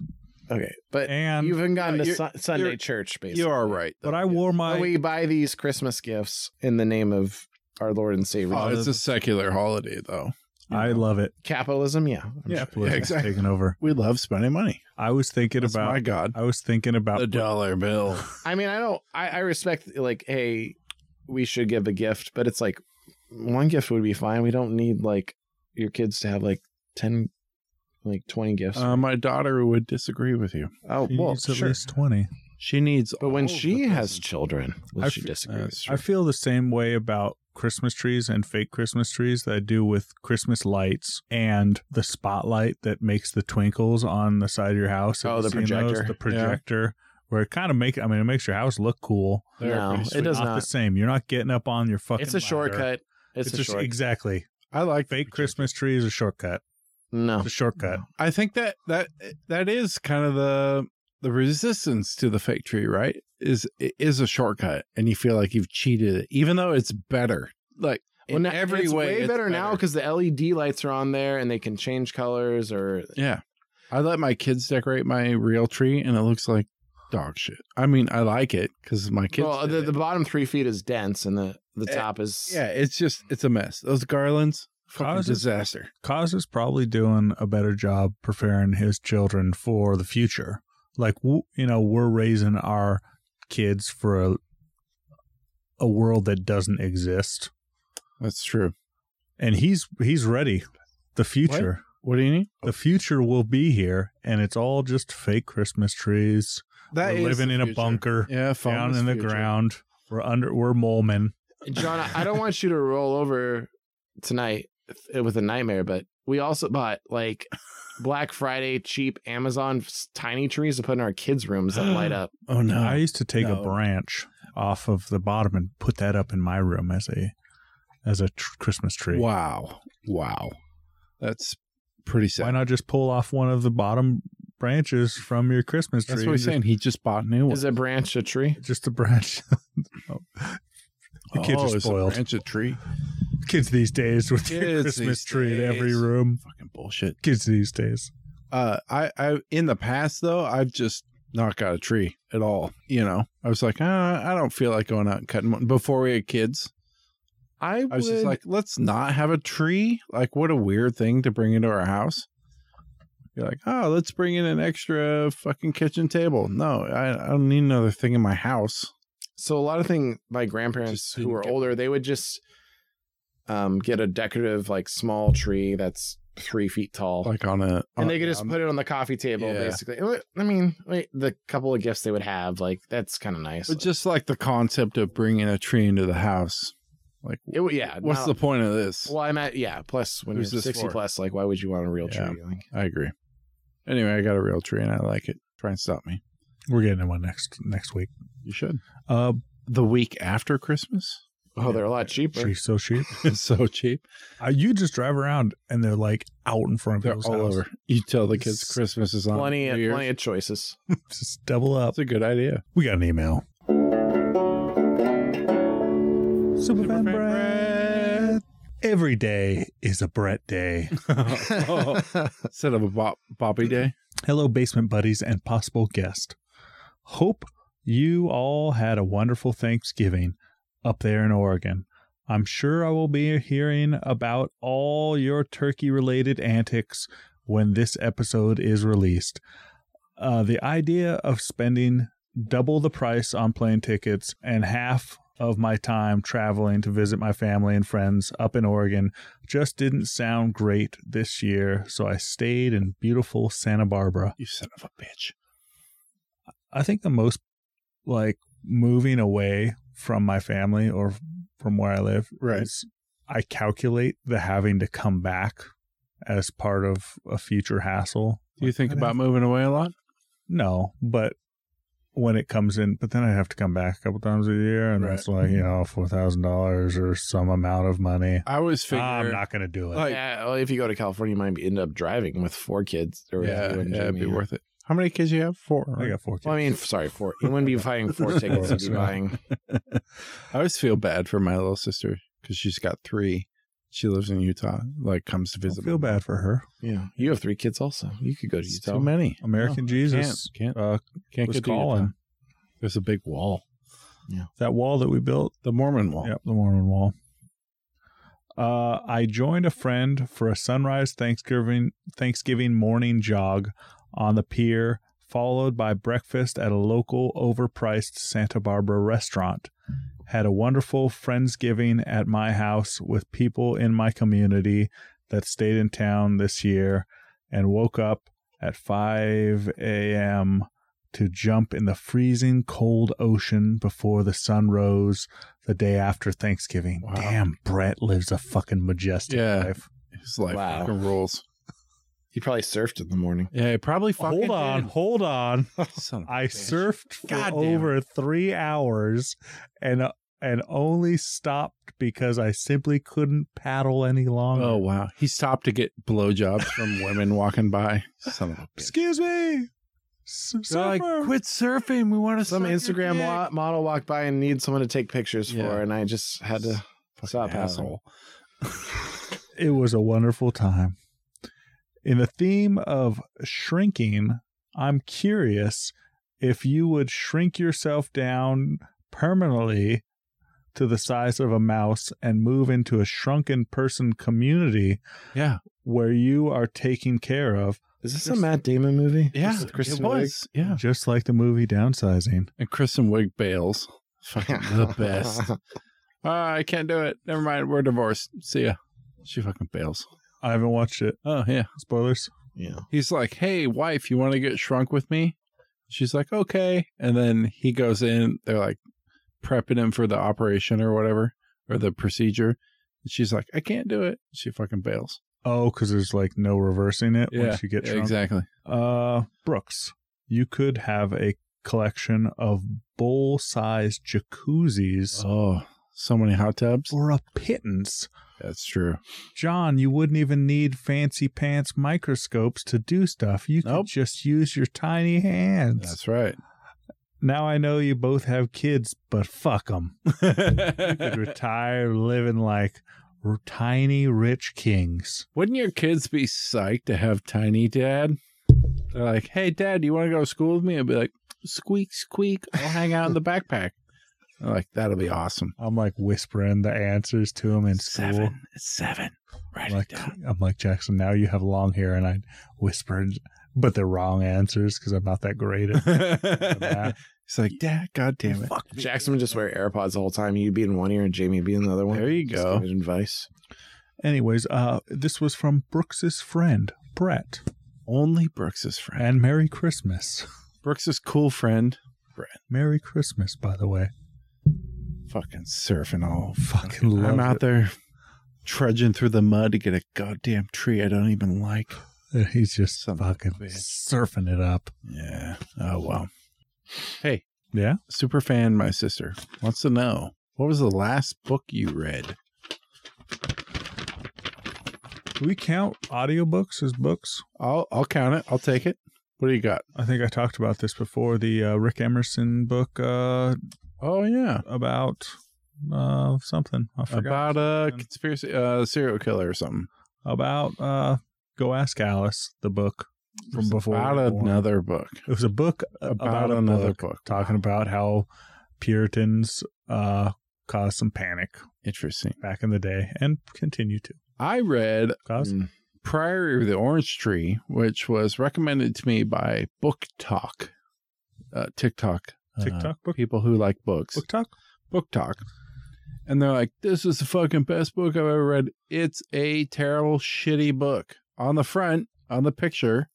S4: Okay, but
S2: and
S4: you've even gone
S3: No,
S4: to
S3: you're-
S4: Sun Sunday
S3: you're-
S4: church, basically.
S3: you are right.
S2: but
S3: though,
S2: I
S3: yeah.
S2: wore my
S4: But we buy these Christmas gifts in the name of our Lord and Savior.
S3: Oh, it's a secular holiday though.
S2: I love it.
S4: Capitalism, yeah.
S2: I'm
S3: Yeah,
S2: sure it's
S3: yeah, exactly.
S2: taken over.
S3: We love spending money.
S2: I was thinking
S3: That's
S2: about
S3: my God.
S2: I was thinking about
S3: The dollar bill.
S4: I mean, I don't. I, I respect like, hey, we should give a gift, but it's like one gift would be fine. We don't need like your kids to have like ten, like twenty gifts.
S3: Uh, my daughter would disagree with you.
S4: oh
S2: She
S4: well,
S2: needs at
S4: sure.
S2: least twenty.
S3: She needs.
S4: But when
S3: all of
S4: she
S3: the
S4: has
S3: presents.
S4: children, will
S2: I
S4: she
S2: f-
S4: disagree?
S3: uh,
S4: with you?
S2: I feel the same way about Christmas trees and fake Christmas trees that I do with Christmas lights and the spotlight that makes the twinkles on the side of your house. Have
S4: Oh,
S2: you
S4: the
S2: seen those?
S4: projector.
S2: The
S4: Yeah.
S2: projector. Where it kind of make, I mean, it makes your house look cool.
S3: They're
S4: No,
S3: pretty
S4: it
S3: sweet.
S4: does
S2: not the
S4: not.
S2: same. You're not getting up on your fucking.
S4: it's a
S2: ladder.
S4: shortcut. It's, a
S2: just-
S4: shortcut.
S2: exactly
S3: I like
S2: fake
S3: Christmas.
S2: Christmas tree is a shortcut.
S4: no,
S2: It's a shortcut.
S3: I think that that eh, that is kind of the the resistance to the fake tree, right? Is it is a shortcut, and you feel like you've cheated it, even though it's better. Like in
S4: now-
S3: every
S4: it's
S3: way,
S4: way
S3: it's
S4: better, now because the LED lights are on there and they can change colors. Or
S3: yeah, I let my kids decorate my real tree, and it looks like dog shit. I mean, I like it because my kids.
S4: well,
S3: did
S4: the,
S3: it.
S4: the bottom three feet is dense, and the the
S3: Eh,
S4: top is
S3: yeah, it's just it's a mess. Those garlands, fucking
S2: Causes-
S3: disaster.
S2: Cause is probably doing a better job preparing his children for the future. Like w- you know, we're raising our kids for a a world that doesn't exist,
S3: That's true.
S2: and he's he's ready. The future,
S3: What do you need?
S2: the future will be here, and it's all just fake Christmas trees.
S3: That
S2: we're
S3: is
S2: living
S3: the
S2: in a
S3: future.
S2: bunker
S3: Yeah, phone
S2: down
S3: is
S2: in the
S3: future.
S2: ground. We're under. We're mole men.
S4: John, I I don't want you to roll over tonight with a nightmare, but we also bought like Black Friday cheap Amazon s- tiny trees to put in our kids' rooms that light up.
S3: Oh no!
S2: I used to take
S3: no.
S2: a branch off of the bottom and put that up in my room as a as a tr- Christmas tree.
S3: Wow. Wow. That's pretty
S2: Why
S3: sad.
S2: not just pull off one of the bottom branches from your Christmas tree?
S3: That's what he's
S2: Just-
S3: saying. He just bought new ones.
S4: Is a branch a tree?
S2: Just a branch. Oh. the kids are spoiled.
S3: Branch Oh, a tree.
S2: Kids these days with
S3: Kids
S2: their Christmas
S3: these
S2: tree in every
S3: days.
S2: room.
S3: Fucking bullshit.
S2: Kids these days.
S3: Uh, I, I, in the past though, I've just not got a tree at all. You know, I was like, ah, I don't feel like going out and cutting one. Before we had kids,
S4: I,
S3: I
S4: would
S3: was just like, let's not have a tree. Like, what a weird thing to bring into our house. You're like, oh, let's bring in an extra fucking kitchen table. No, I, I don't need another thing in my house.
S4: So a lot of thing my grandparents
S3: Just
S4: who
S3: didn't
S4: were
S3: get-
S4: older, they would just um, get a decorative like small tree that's three feet tall,
S3: Like on a, on-
S4: and they could just
S3: on-
S4: put it on the coffee table
S3: Uh, um, Yeah.
S4: basically. It wa- I mean, like, the couple of gifts they would have, like that's kind of nice.
S3: But just like the concept of bringing a tree into the house. Like,
S4: It wa- yeah.
S3: what's
S4: now-
S3: the point of this?
S4: Well, I'm at yeah. Plus, when
S3: Who's
S4: you're
S3: this
S4: 60
S3: for?
S4: plus, like, why would you want a real
S3: Yeah.
S4: tree? Like,
S3: I agree. Anyway, I got a real tree and I like it. Try and stop me.
S2: We're getting one next next week.
S3: You should.
S2: Uh,
S3: The week after Christmas?
S4: oh, they're a lot cheaper.
S2: she's so cheap.
S3: It's so cheap.
S2: Uh, you just drive around and they're like out in front of
S3: They're
S2: people's
S3: all
S2: house.
S3: over. You tell the kids
S2: It's
S3: Christmas is on.
S4: Plenty,
S3: New
S4: of,
S3: Year's.
S4: plenty of choices.
S2: Just double up.
S3: That's a good idea.
S2: We got an email. Superfan
S3: Superfan
S2: Brett. Every day is a Brett day.
S3: Oh, instead of a bop, Bobby Day.
S2: Hello, basement buddies and possible guest. Hope you all had a wonderful Thanksgiving up there in Oregon. I'm sure I will be hearing about all your turkey related antics when this episode is released. Uh, the idea of spending double the price on plane tickets and half of my time traveling to visit my family and friends up in Oregon just didn't sound great this year, so I stayed in beautiful Santa Barbara.
S3: You son of a bitch.
S2: I think the most like moving away from my family or from where I live
S3: Right.
S2: is I calculate the having to come back as part of a future hassle.
S3: Do you
S2: Like,
S3: think
S2: I'd
S3: about
S2: have-
S3: moving away a lot?
S2: No, but when it comes in, but then I have to come back a couple times a year, and
S3: Right.
S2: that's like you know four thousand dollars or some amount of money.
S3: I always figure.
S2: I'm not going to do it.
S3: Like-
S4: yeah, well, if you go to California, you might be- end up driving with four kids. Or with
S3: yeah,
S4: you and
S3: yeah it'd
S4: Jamie,
S3: be
S4: yeah.
S3: worth it. How many kids you have? Four.
S2: I
S3: right?
S2: got four kids.
S4: Well, I mean, f- sorry, four. You wouldn't be buying four tickets. You'd be
S2: Yeah.
S4: buying.
S3: I always feel bad for my little sister because she's got three. She lives in Utah. Like comes to
S2: Don't
S3: visit.
S2: feel
S3: me.
S2: bad for her.
S4: Yeah, you have three kids also. You could go to
S3: It's
S4: Utah.
S3: too many.
S2: American
S3: No, Oh,
S2: Jesus
S3: can't can't,
S2: uh,
S3: can't
S2: was
S3: get to
S2: calling.
S3: Utah. There's a big wall,
S2: that wall that we built
S3: the Mormon wall.
S2: Yep, the Mormon wall. Uh, I joined a friend for a sunrise Thanksgiving Thanksgiving morning jog on the pier, followed by breakfast at a local overpriced Santa Barbara restaurant. Had a wonderful friendsgiving at my house with people in my community that stayed in town this year, and woke up at 5 a.m. to jump in the freezing cold ocean before the sun rose the day after Thanksgiving.
S3: Wow.
S2: Damn, Brett lives a fucking majestic
S3: Yeah.
S2: life.
S3: His life
S4: Wow.
S3: fucking rules.
S4: You probably surfed in the morning.
S3: Yeah, he probably fucking.
S2: Hold on, hold on.
S3: did. Son of a
S2: I
S3: bitch.
S2: surfed for
S3: God damn it.
S2: over three hours, and uh, and only stopped because I simply couldn't paddle any longer.
S3: Oh wow, he stopped to get blowjobs from women walking by. Son of a bitch.
S2: excuse me. S-
S3: They're like,
S2: surfer.
S3: quit surfing. We want to
S4: Some Instagram wa- model walked by and needed someone to take pictures
S3: Yeah.
S4: for, and I just had to. Stop,
S3: Stop, asshole.
S2: It was a wonderful time. In the theme of shrinking, I'm curious if you would shrink yourself down permanently to the size of a mouse and move into a shrunken person community
S3: Yeah,
S2: where you are taken care of,
S4: Is this a Matt Damon movie?
S3: yeah.
S4: With Kristen
S3: it
S4: Wiig?
S3: was. Yeah,
S2: just like the movie Downsizing.
S3: and Kristen Wiig bails. Fucking the best. Uh, I can't do it. Never mind. We're divorced. See ya. She fucking bails.
S2: I haven't watched it.
S3: Oh yeah.
S2: Spoilers.
S4: yeah.
S3: He's like, "Hey, wife, you want to get shrunk with me?" She's like, "Okay." And then he goes in. They're like prepping him for the operation or whatever or the procedure. And she's like, "I can't do it." She fucking bails.
S2: Oh, because there's like no reversing it once you get
S3: Yeah,
S2: shrunk.
S3: exactly.
S2: Uh, Brooks, you could have a collection of bowl-sized jacuzzis
S3: Oh, so many hot tubs.
S2: for a pittance.
S3: That's true.
S2: John, you wouldn't even need fancy pants microscopes to do stuff. You
S3: Nope.
S2: could just use your tiny hands.
S3: That's right.
S2: now I know you both have kids, but fuck them. Could
S3: Wouldn't
S2: retire living like r- tiny rich kings.
S3: your kids be psyched to have tiny dad? They're like, "Hey, dad, do you want to go to school with me?" I'd be like, "Squeak, squeak! I'll hang out in the backpack." I'm like, that'll be awesome.
S2: I'm like whispering the answers to him in school.
S3: Seven. It's seven. Write
S2: I'm
S3: it
S2: like,
S3: down.
S2: I'm like Jackson. Now you have long hair, and I whisper, but they're wrong answers because I'm not that great at that.
S3: It's like, Dad, God damn it.
S1: Fuck me.
S4: Jackson would just wear AirPods the whole time. You'd be in one ear and Jamie would be in the other one.
S3: There you
S4: Just
S3: go.
S4: give it advice.
S2: Anyways, uh, this was from Brooks's friend Brett,
S3: Only Brooks's friend.
S2: and Merry Christmas.
S3: Brooks's cool friend.
S2: Merry Christmas, by the way.
S3: Fucking surfing all.
S2: Fucking love
S3: Oh, I'm out
S2: it.
S3: there trudging through the mud to get a goddamn tree I don't even like.
S2: And He's just
S3: Son of a
S2: fucking
S3: bitch.
S2: surfing it up.
S3: Yeah. Oh, well. Hey,
S2: Yeah.
S3: super fan, my sister, wants to know what was the last book you read?
S2: Do we count audiobooks as books?
S3: I'll, I'll count it. I'll take it. What do you got?
S2: I think I talked about this before. The uh, Rick Emerson book uh,
S3: Oh, yeah.
S2: about uh, something. I forgot.
S3: About a
S2: something.
S3: conspiracy, uh, serial killer or something.
S2: About, uh, Go Ask Alice, the book from before. we
S3: About
S2: were born.
S3: another book.
S2: It was a book
S3: About,
S2: about, a
S3: another
S2: book,
S3: book.
S2: talking about how Puritans uh, caused some panic
S3: Interesting.
S2: back in the day and continue to
S3: I read
S2: cause.
S4: Mm.
S3: Priory of the Orange Tree, which was recommended to me by Book Talk, uh, TikTok, uh,
S2: TikTok book?
S3: people who like books,
S2: Book talk?
S3: Book Talk, and they're like, "This is the fucking best book I've ever read. It's a terrible, shitty book." On the front, on the picture,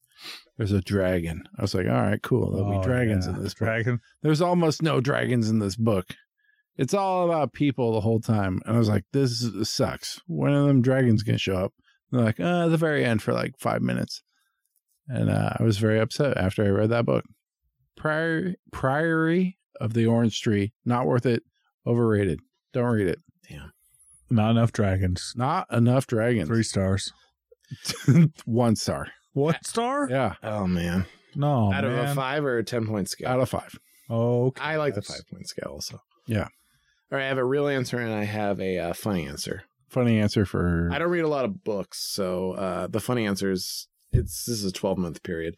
S3: there's a dragon. I was like, "All right, cool. There'll
S2: Oh,
S3: be dragons
S2: yeah.
S3: in this book."
S2: Dragon.
S3: there's almost no dragons in this book. It's all about people the whole time. And I was like, this is- sucks. When are them dragons going to show up? And they're like, uh, at the very end for like five minutes. And uh, I was very upset after I read that book. Prior, Priory of the Orange Tree, not worth it. Overrated. Don't read it.
S2: Not enough dragons.
S3: Not enough dragons.
S2: Three stars.
S3: One star.
S2: What star?
S3: Yeah.
S4: Oh, man.
S2: No.
S4: Out of a
S2: man.
S4: five or a 10 point scale?
S3: Oh, Out of five.
S2: Oh, okay.
S4: I like the
S2: That's-
S4: five point scale also.
S3: Yeah.
S4: All right, I have a real answer and I have a uh, funny answer.
S3: Funny answer for.
S4: I don't read a lot of books, so uh, the funny answer is it's this is a twelve month period.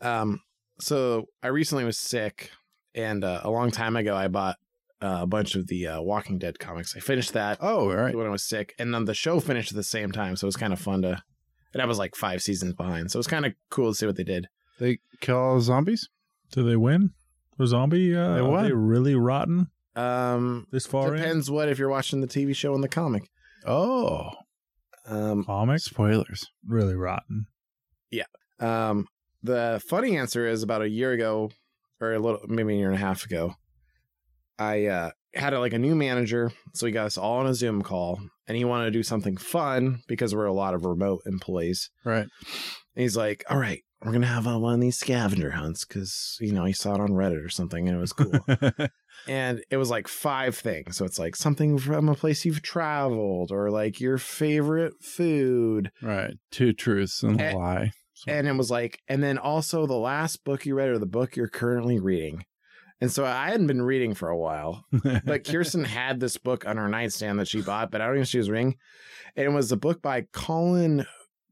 S4: Um, so I recently was sick, and uh, a long time ago I bought uh, a bunch of the uh, Walking Dead comics. I finished that
S3: Oh, all right.
S4: when I was sick, and then the show finished at the same time, so it was kind of fun to. And I was like five seasons behind, so it was kind of cool to see what they did.
S3: They kill all the zombies?
S2: Do they win? The zombie? Uh,
S3: They
S2: are
S3: won.
S2: they really rotten
S4: Um,
S2: this far in?
S4: depends what if you're watching the TV show and the comic.
S3: Oh.
S4: Um,
S2: Comics?
S3: Spoilers.
S2: Really rotten.
S4: Um, the funny answer is about a year ago, or a little, maybe a year and a half ago, I uh, had a, like a new manager, so he got us all on a Zoom call, and he wanted to do something fun because we're a lot of remote employees.
S3: Right.
S4: And he's like, "All right, we're gonna have uh, one of these scavenger hunts because you know he saw it on Reddit or something, and it was cool." and it was like five things, so it's like something from a place you've traveled, or like your favorite food,
S3: Right. Two truths and a
S4: Eh,
S3: lie.
S4: and it was like, and then also the last book you read or the book you're currently reading. And so I hadn't been reading for a while, but Kirsten had this book on her nightstand that she bought, but I don't even know if she was reading. And it was a book by Colin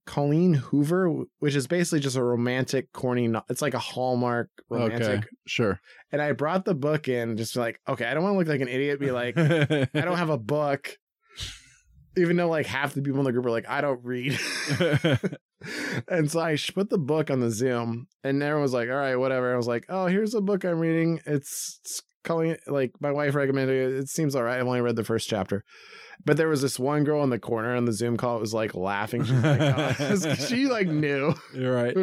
S4: Colleen Hoover, which is basically just a romantic, corny. No- it's like a Hallmark romantic.
S3: okay. Sure.
S4: And I brought the book in, just like, okay, I don't want to look like an idiot. Be like, I
S3: I
S4: don't have a book. Even though like half the people in the group are like, I don't read. and so I sh- put the book on the Zoom, and everyone was like, "All right, whatever." I was like, "Oh, here's a book I'm reading. It's, it's calling it like my wife recommended it. It seems all right. I've only read the first chapter." But there was this one girl in the corner on the Zoom call. It was like laughing. She, was like, oh. she like knew.
S3: You're right.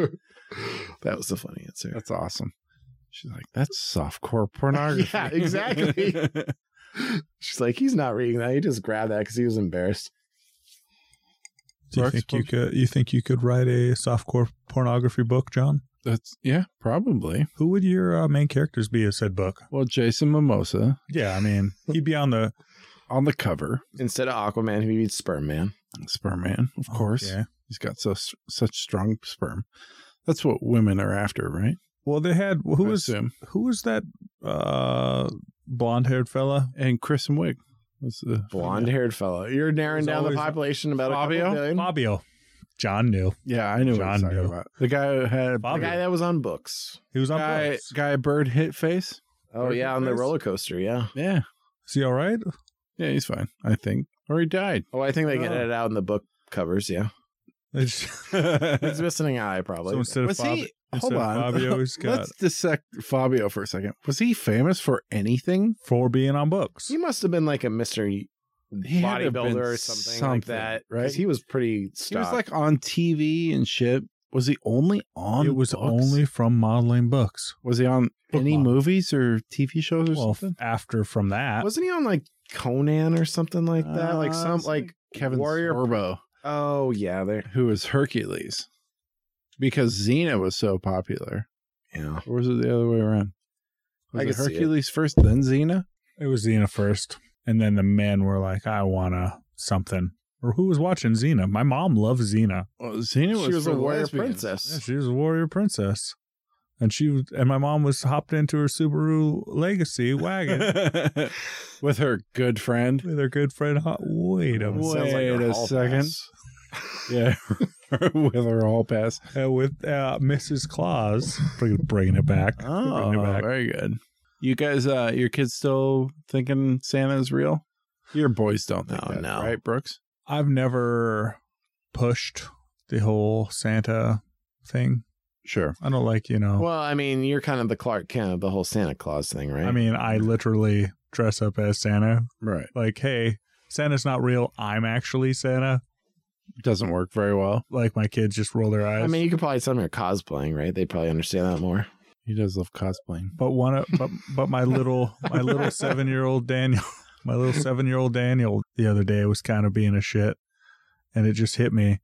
S4: That was the funny answer.
S3: That's awesome. She's like, that's softcore pornography.
S4: Yeah, exactly. She's like, "He's not reading that. He just grabbed that because he was embarrassed."
S2: Do you
S3: Works,
S2: think you
S3: works.
S2: could? You think you could write a softcore pornography book, John?
S3: that's yeah, probably.
S2: Who would your uh, main characters be of said book?
S3: Well, Jason Mimosa
S2: Yeah, I mean, he'd be on the
S3: on the cover,
S4: Instead of Aquaman, he reads Sperm Man.
S3: Sperm Man, of course.
S2: Oh, Yeah.
S3: He's got so such strong sperm. That's what women are after, right?
S2: Well, they had who
S3: I
S2: was
S3: assume.
S2: who was that uh, blonde-haired fella?
S3: and Kristen Wiig was the
S4: Blonde-haired fellow. You're narrowing
S2: There's
S4: down the
S2: always-
S4: population about a
S3: Fabio?
S4: couple billion.
S2: Fabio. John knew
S3: Yeah, I knew what I was
S2: John
S3: talking
S2: knew.
S3: about. The guy who had
S4: The
S2: Fabio.
S4: guy that was on books.
S2: he was on.
S3: guy
S2: books.
S3: guy bird hit face.
S4: Oh yeah, on the roller coaster. Yeah.
S3: Yeah.
S2: Is he all right?
S3: Yeah, he's fine, I think. Or he died.
S4: Oh, I think they get
S2: Oh.
S4: it out in the book covers. Yeah.
S2: It's-
S4: He's missing an eye probably.
S2: so instead of
S3: Was
S2: Fab-
S3: he hold
S2: instead of
S3: on.
S2: Fabio, he's got
S3: Let's dissect Fabio for a second. Was he famous for anything?
S2: for being on books.
S4: he must have been like a mystery
S3: He had to have
S4: bodybuilder
S3: been
S4: or something, like that,
S3: right?
S4: 'cause He was pretty
S3: He was
S4: stocked.
S3: like on TV and shit. Was he only on?
S2: It was
S3: books?
S2: only from modeling books.
S3: Was he on
S2: Book
S3: any
S2: model.
S3: movies or TV shows or
S2: Well,
S3: something?
S2: after from that,
S4: wasn't he on like Conan or something like that? like
S3: Uh,
S4: some
S3: it's
S4: like
S3: Kevin
S4: Warrior-
S3: Sorbo,
S4: oh yeah, there.
S3: who was Hercules, because Xena was so popular.
S4: Yeah.
S3: Or was it the other way around? Was
S4: I
S3: it
S4: could see it.
S3: Hercules first, then Xena?
S2: it was Xena first, and then the men were like, "I wanna something." Or who was watching Xena? My mom loved Xena.
S3: Well, Xena was
S4: she was
S3: for
S4: a warrior
S3: lesbians.
S2: Yeah,
S4: princess.
S2: she was a warrior princess, and she was- and my mom was hopped into her Subaru Legacy wagon
S3: with her good friend.
S2: with her good friend. Hot. Wait a
S4: Sounds
S2: minute.
S4: like
S3: Wait
S4: her
S3: a
S4: hall
S3: second.
S4: pass.
S3: Yeah, with her all pass.
S2: Uh, with uh, Mrs. Claus bring, bringing it back.
S3: Oh,
S2: Bringing it back.
S3: very good. You guys, uh, your kids still thinking Santa's real? Your boys don't think
S4: No,
S3: that,
S4: no.
S3: right, Brooks?
S2: I've never pushed the whole Santa thing.
S3: Sure.
S2: I don't like you know.
S4: Well, I mean, you're kind of the Clark Kent of the whole Santa Claus thing, right?
S2: I mean, I literally dress up as Santa.
S3: Right.
S2: Like, hey, Santa's not real. I'm actually Santa.
S3: Doesn't work very well.
S2: Like my kids just roll their eyes.
S4: I mean, you could probably tell them you're cosplaying, right? They probably understand that more.
S3: He does love cosplaying.
S2: but one, of, but but my little my little seven year old Daniel, my little seven year old Daniel, the other day was kind of being a shit, and it just hit me,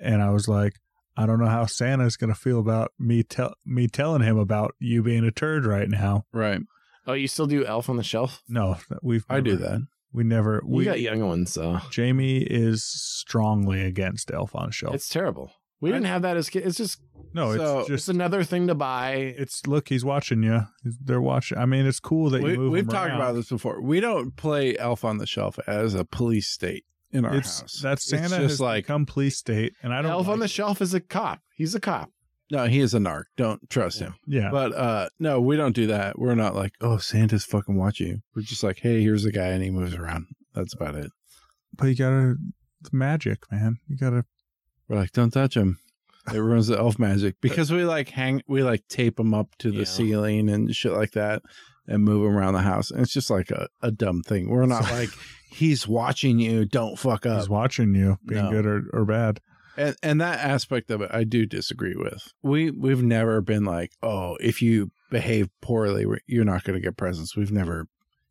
S2: and I was like, I don't know how Santa's gonna feel about me tell me telling him about you being a turd right now.
S3: Right.
S4: Oh, you still do Elf on the Shelf?
S2: No, we've
S3: I do
S2: never-
S3: that.
S2: We never
S4: We
S2: we
S4: got young ones, though.
S2: Jamie is strongly against Elf on a Shelf.
S4: It's terrible. We
S3: I-
S4: didn't have that as kids. It's just
S2: no, it's
S3: so-
S2: just
S4: just another thing to buy.
S2: it's look, he's watching you. He's- They're watching. I mean, it's cool that
S3: We,
S2: you move.
S3: we've
S2: him
S3: talked
S2: around.
S3: about this before. We don't play Elf on the Shelf as a police state in our
S2: It's
S3: house.
S2: that Santa
S3: it's just
S2: has
S3: like
S2: become police state, and I don't.
S4: Elf on the
S2: like
S4: Shelf is a cop. He's a cop.
S3: no, he is a narc. Don't trust him.
S2: it. Yeah,
S3: But uh no, we don't do that. We're not like, oh, Santa's fucking watching you. We're just like, hey, here's a guy, and he moves around. That's about it.
S2: but you gotta it's magic, man. You gotta.
S3: We're like, don't touch him. It ruins the elf magic because we like hang, we like tape him up to the
S4: Yeah.
S3: ceiling and shit like that, and move him around the house. And it's just like a, a dumb thing. We're not like he's watching you. Don't fuck up.
S2: he's watching you, being
S3: no.
S2: good or, or bad.
S3: And and that aspect of it, I do disagree with. We we've never been like, oh, if you behave poorly, we're- you're not going to get presents. We've never,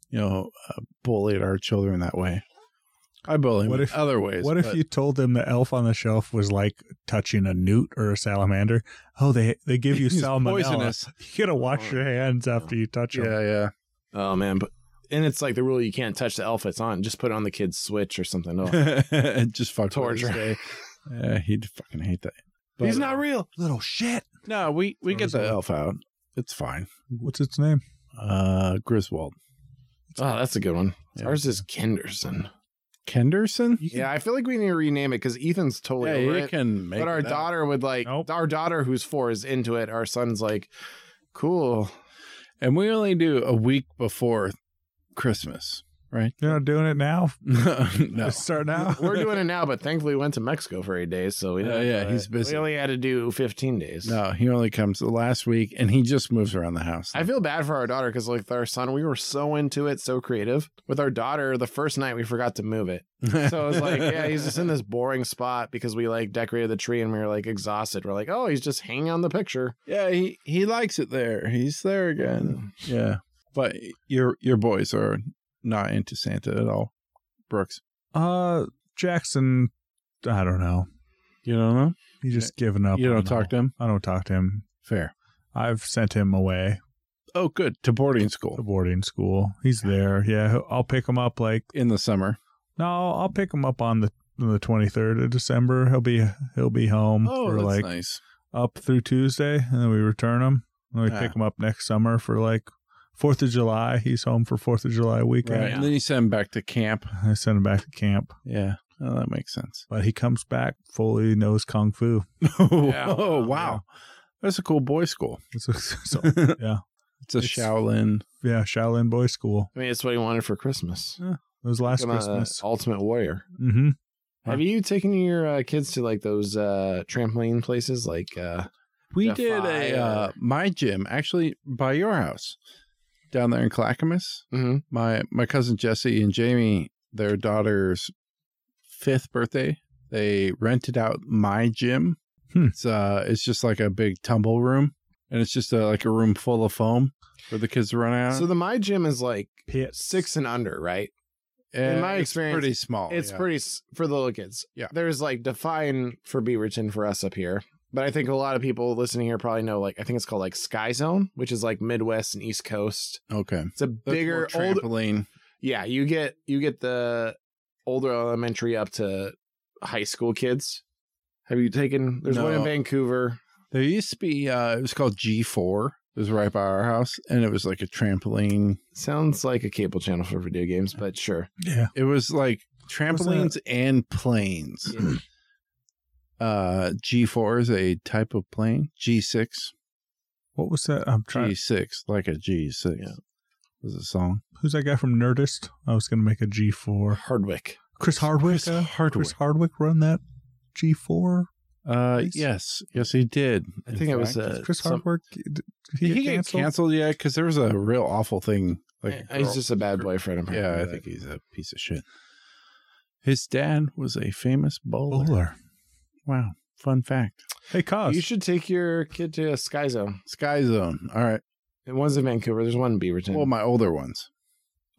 S3: you know, uh, bullied our children that way. I bully
S2: What
S3: what
S2: if-
S3: other ways.
S2: What if
S3: but-
S2: you told them the Elf on the Shelf was like touching a newt or a salamander? Oh, they they give you
S3: He's
S2: salmonella.
S3: poisonous. Oh,
S2: You gotta wash your hands after you touch them.
S3: Yeah, yeah.
S4: Oh, man. But, and it's like the rule you can't touch the elf it's on. Just put it on the kid's switch or something. Oh.
S3: It just fucked with his
S4: Torture.
S3: day. Yeah, he'd fucking hate that.
S4: He's
S3: But- uh,
S4: not real.
S2: Little shit.
S3: No, we we get the
S2: Torture.
S3: elf out. It's fine.
S2: What's its name?
S3: Uh, Griswold
S4: Oh, that's a good one.
S3: Yeah.
S4: Ours is Kinderson.
S3: Kenderson.
S2: You can-
S4: Yeah, I feel like we need to rename it because Ethan's totally
S3: Yeah,
S4: over
S3: you
S4: it.
S3: can make.
S4: but our
S3: it up.
S4: daughter would like
S2: Nope.
S4: our daughter who's four is into it our son's like cool
S3: and we only do a week before Christmas, right?
S2: You're not doing it now.
S3: no.
S2: Just start now.
S4: we're doing it now but thankfully we went to mexico for eight days so we
S3: Oh,
S4: didn't-
S3: yeah, he's busy.
S4: we only had to do 15 days
S3: No, he only comes the last week, and he just moves around the house.
S4: I feel bad for our daughter because, like, with our son, we were so into it, so creative. With our daughter, the first night we forgot to move it. So it was like, yeah, he's just in this boring spot because we, like, decorated the tree and we were, like, exhausted. We're like, oh, he's just hanging on the picture.
S3: yeah, he he likes it there. He's there again. Yeah, but your your boys are not into Santa at all, Brooks.
S2: Uh, Jackson, I don't know.
S3: You don't know.
S2: He just given up.
S3: you
S2: on
S3: don't
S2: the
S3: talk to him.
S2: whole- I don't talk to him.
S3: Fair.
S2: I've sent him away
S3: Oh, good to boarding
S2: to
S3: school
S2: boarding school. He's there. Yeah, he'll- I'll pick him up. Like
S3: in the summer.
S2: no, I'll pick him up on the on the twenty third of December. He'll be he'll be home
S3: Oh,
S2: for
S3: that's
S2: like
S3: nice.
S2: up through Tuesday, and then we return him. And we
S3: Ah.
S2: pick him up next summer for like Fourth of July. He's home for Fourth of July
S3: Right.
S2: weekend.
S3: And then you send him back to camp.
S2: I send him back to camp,
S3: Yeah, oh, that makes sense.
S2: but he comes back fully knows kung fu.
S3: oh,
S4: Yeah.
S3: wow, that's a cool boy school.
S2: So- so-
S3: It's a
S2: It's-
S3: Shaolin.
S2: Yeah, Shaolin Boy School.
S4: I mean, it's what he wanted for Christmas.
S2: It was last
S4: Become a
S2: Christmas.
S4: Ultimate Warrior.
S2: mm-hmm.
S4: Have you taken your uh, kids to like those uh, trampoline places? Like, uh,
S3: We
S4: Defy
S3: did a uh,
S4: or-
S3: my gym actually by your house down there in Clackamas.
S4: mhm.
S3: My my cousin Jesse and Jamie, their daughter's fifth birthday, they rented out my gym.
S2: Hmm.
S3: It's uh, it's just like a big tumble room, and it's just a, like a room full of foam for the kids to run out.
S4: so the my gym is like
S2: Pit
S4: six and under, right?
S3: And
S4: in my
S3: it's
S4: experience,
S3: pretty small.
S4: it's
S3: Oh, yeah.
S4: pretty s- for the little kids.
S3: Yeah.
S4: there's like define for Beaverton for us up here, but I think a lot of people listening here probably know like I think it's called like Sky Zone, which is like Midwest and East Coast.
S3: okay.
S4: It's a
S3: That's more
S4: bigger, old,
S3: trampoline.
S4: yeah you get you get the older elementary up to high school kids have you taken there's one in
S3: No.
S4: vancouver
S3: There used to be uh it was called G four. It was right by our house and it was like a trampoline.
S4: sounds like a cable channel for video games but sure
S2: Yeah.
S3: It was like trampolines and planes.
S4: Yeah.
S3: Uh G four is a type of plane. G six.
S2: What was that? I'm trying.
S3: G six, like a G six.
S4: Yeah.
S3: Was a song.
S2: Who's that guy from Nerdist? I was going to make a G4.
S4: hardwick
S2: Chris Hardwick.
S3: Chris
S2: uh,
S3: Hardwick.
S2: Chris Hardwick run that G4.
S3: Uh
S2: Nice.
S3: yes. Yes he did.
S4: i
S3: in
S4: think it was
S3: fact.
S4: uh,
S2: Chris
S4: some-
S2: Hardwick. Did
S3: Did
S2: he,
S3: he
S2: get
S3: get
S2: canceled?
S3: canceled yet? Because there was a real awful thing. Like a
S4: he's
S3: girl-
S4: just a bad boyfriend apparently.
S3: Yeah, I think he's a piece of shit. His dad was a famous bowler.
S2: Bowler.
S3: Wow. Fun fact.
S2: Hey, Cos.
S4: you should take your kid to a sky zone
S3: Sky Zone. All right.
S4: and one's in vancouver there's one in beaverton
S3: Well, my older ones.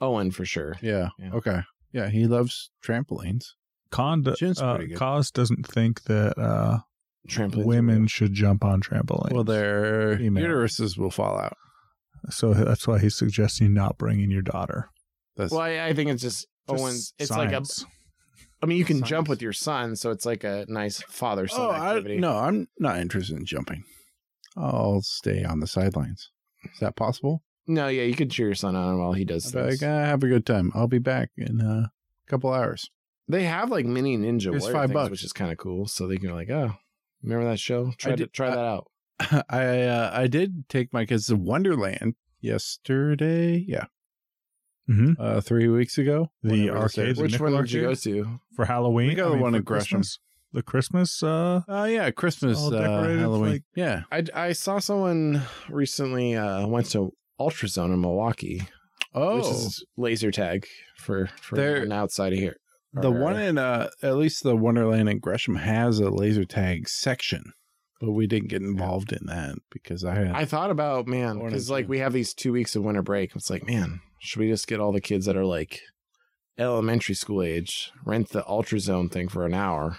S4: owen for sure
S3: Yeah.
S4: Yeah.
S3: Okay. Yeah, he loves trampolines.
S2: Con do-
S3: Jin's
S2: uh,
S3: pretty good.
S2: Cos doesn't think that uh,
S4: trampoline
S2: women should jump on trampolines.
S3: Well, their
S2: Female.
S3: uteruses will fall out.
S2: So that's why he's suggesting not bringing your daughter.
S3: That's
S4: well I, I think it's just,
S2: Just
S4: owen's Oh, it's like a
S2: science.
S4: i mean you can
S3: Science.
S4: jump with your son so it's like a nice father-son
S3: oh, I,
S4: activity
S3: no, I'm not interested in jumping. I'll stay on the sidelines. Is that possible?
S4: no yeah you could cheer your son on while he does
S3: But,
S4: things.
S3: Like, ah, have a good time. I'll be back in uh, a couple hours.
S4: They have like mini ninja
S3: It was
S4: warrior
S3: five
S4: things,
S3: bucks.
S4: which is kind of cool. So they can like, oh, remember that show? Try to
S3: did-
S4: try
S3: I-
S4: that out.
S3: I uh, I did take my kids to Wonderland yesterday. Yeah,
S2: Mhm.
S3: uh, three weeks ago. Whenever
S2: The
S3: it was
S2: arcade,
S3: there.
S2: the
S4: Which one
S2: Nickel
S4: did you go to?
S2: for Halloween.
S3: We got
S2: I
S3: the
S2: mean,
S3: one
S2: for
S3: in Gresham.
S2: Christmas. The Christmas. Uh,
S3: Oh yeah, Christmas
S2: All
S3: uh,
S2: decorated,
S3: Halloween.
S2: like-
S3: yeah.
S4: I, I saw someone recently uh, went to Ultrazone in Milwaukee,
S3: Oh,
S4: which is laser tag for for
S3: There-
S4: an outside of here.
S3: the
S4: or-
S3: one in uh, at least the Wonderland in Gresham has a laser tag section, but we didn't get involved in that because I had
S4: I thought about man
S3: Born
S4: because
S3: in
S4: like
S3: June.
S4: we have these two weeks of winter break. It's like man, should we just get all the kids that are like elementary school age rent the Ultrazone thing for an hour?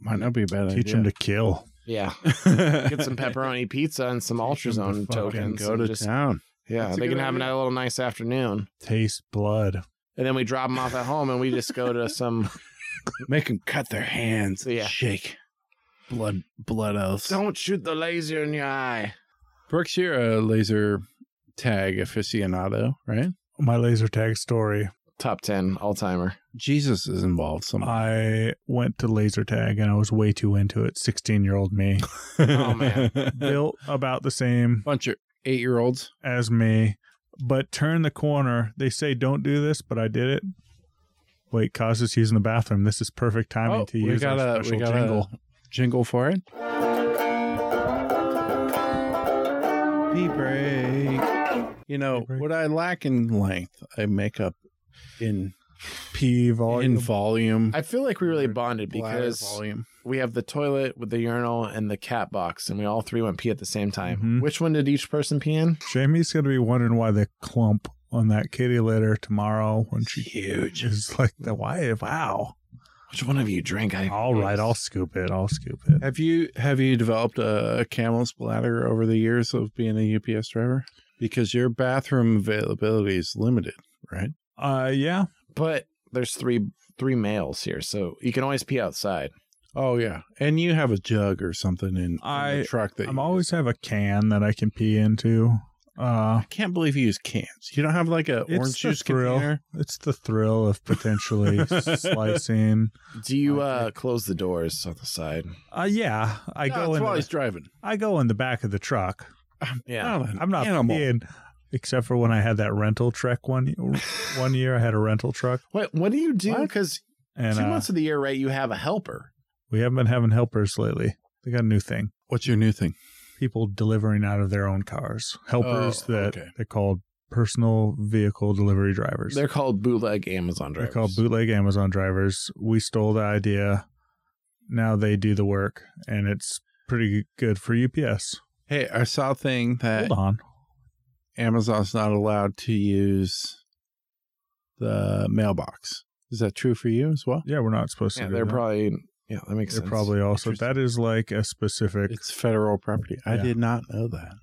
S3: might not be a bad
S2: teach
S3: idea.
S2: him to kill.
S4: Yeah,
S3: to
S4: get some pepperoni pizza and some
S2: Take 'em to
S4: ultrazone
S2: fucking
S4: tokens.
S3: go
S4: and
S3: to
S4: just-
S3: town.
S4: Yeah,
S3: That's a
S4: they can
S3: good
S4: have a
S3: idea.
S4: little nice afternoon,
S2: Taste blood.
S4: and then we drop them off at home, and we just go to some.
S3: Make them cut their hands. and
S4: Yeah.
S3: shake. Blood, blood elves.
S4: Don't shoot the laser in your eye.
S3: Brooks, you're a laser tag aficionado, right?
S2: My laser tag story.
S4: Top ten all timer.
S3: Jesus is involved
S4: Uh,
S3: somehow.
S2: I went to laser tag and I was way too into it. Sixteen year old me
S4: oh, man.
S2: built about the same
S3: bunch of eight-year-olds.
S2: as me, but turn the corner. They say don't do this, but I did it. Wait, Cos is using the bathroom. This is perfect timing
S3: Oh,
S2: to use our special jingle.
S3: jingle for it. Pee break. You know
S2: Pee break.
S3: what I lack in length, I make up in
S2: P volume.
S3: in volume.
S4: I feel like we really bonded
S3: bladder
S4: because
S3: volume.
S4: we have the toilet with the urinal and the cat box, and we all three went pee at the same time.
S2: Mhm.
S4: Which one did each person pee in?
S2: Jamie's gonna be wondering why the clump on that kitty litter tomorrow when
S3: It's
S2: she
S3: huge.
S2: is like the why wow.
S4: Which one of you drank? I
S2: All right, I'll scoop it. I'll scoop it.
S3: Have you have you developed a, camel's bladder over the years of being a UPS driver? Because your bathroom availability is limited, right?
S2: Uh, yeah.
S4: But there's three three males here, so you can always pee outside.
S3: Oh yeah, and you have a jug or something in, in
S2: I-
S3: the truck that
S2: I'm
S3: you
S2: always have a can that I can pee into. Uh,
S3: I can't believe you use cans. You don't have like a
S2: It's
S3: orange
S2: the
S3: juice
S2: thrill.
S3: container.
S2: it's the thrill of potentially slicing.
S4: Do you
S3: Okay.
S4: uh, close the doors on the side?
S2: Uh, yeah, I
S3: No,
S2: go
S3: it's
S2: in.
S3: while
S2: The,
S3: he's driving.
S2: I go in the back of the truck.
S4: Yeah.
S3: Not an
S2: I'm not
S3: animal.
S2: being, except for when I had that rental truck one one year. I had a rental truck,
S4: What What do you do?
S3: What?
S4: Because
S2: and
S4: two
S2: uh,
S4: months of the year, right? You have a helper.
S2: we haven't been having helpers lately. They got a new thing:
S3: What's your new thing?
S2: people delivering out of their own cars. Helpers
S3: Oh,
S2: that
S3: okay.
S2: they're called personal vehicle delivery drivers.
S4: They're called bootleg Amazon
S2: They're
S4: drivers.
S2: called bootleg Amazon drivers. We stole the idea. Now they do the work, and it's pretty good for UPS.
S3: Hey, I saw a thing that
S2: Hold on.
S3: Amazon's not allowed to use the mailbox. Is that true for you as well?
S2: Yeah, we're not supposed to.
S4: yeah,
S2: do
S4: they're
S2: that.
S4: probably. Yeah, that makes
S2: They're
S4: sense.
S2: probably also.
S3: Interesting.
S2: That is like a specific.
S3: It's federal property. I
S2: Yeah.
S3: did not know that.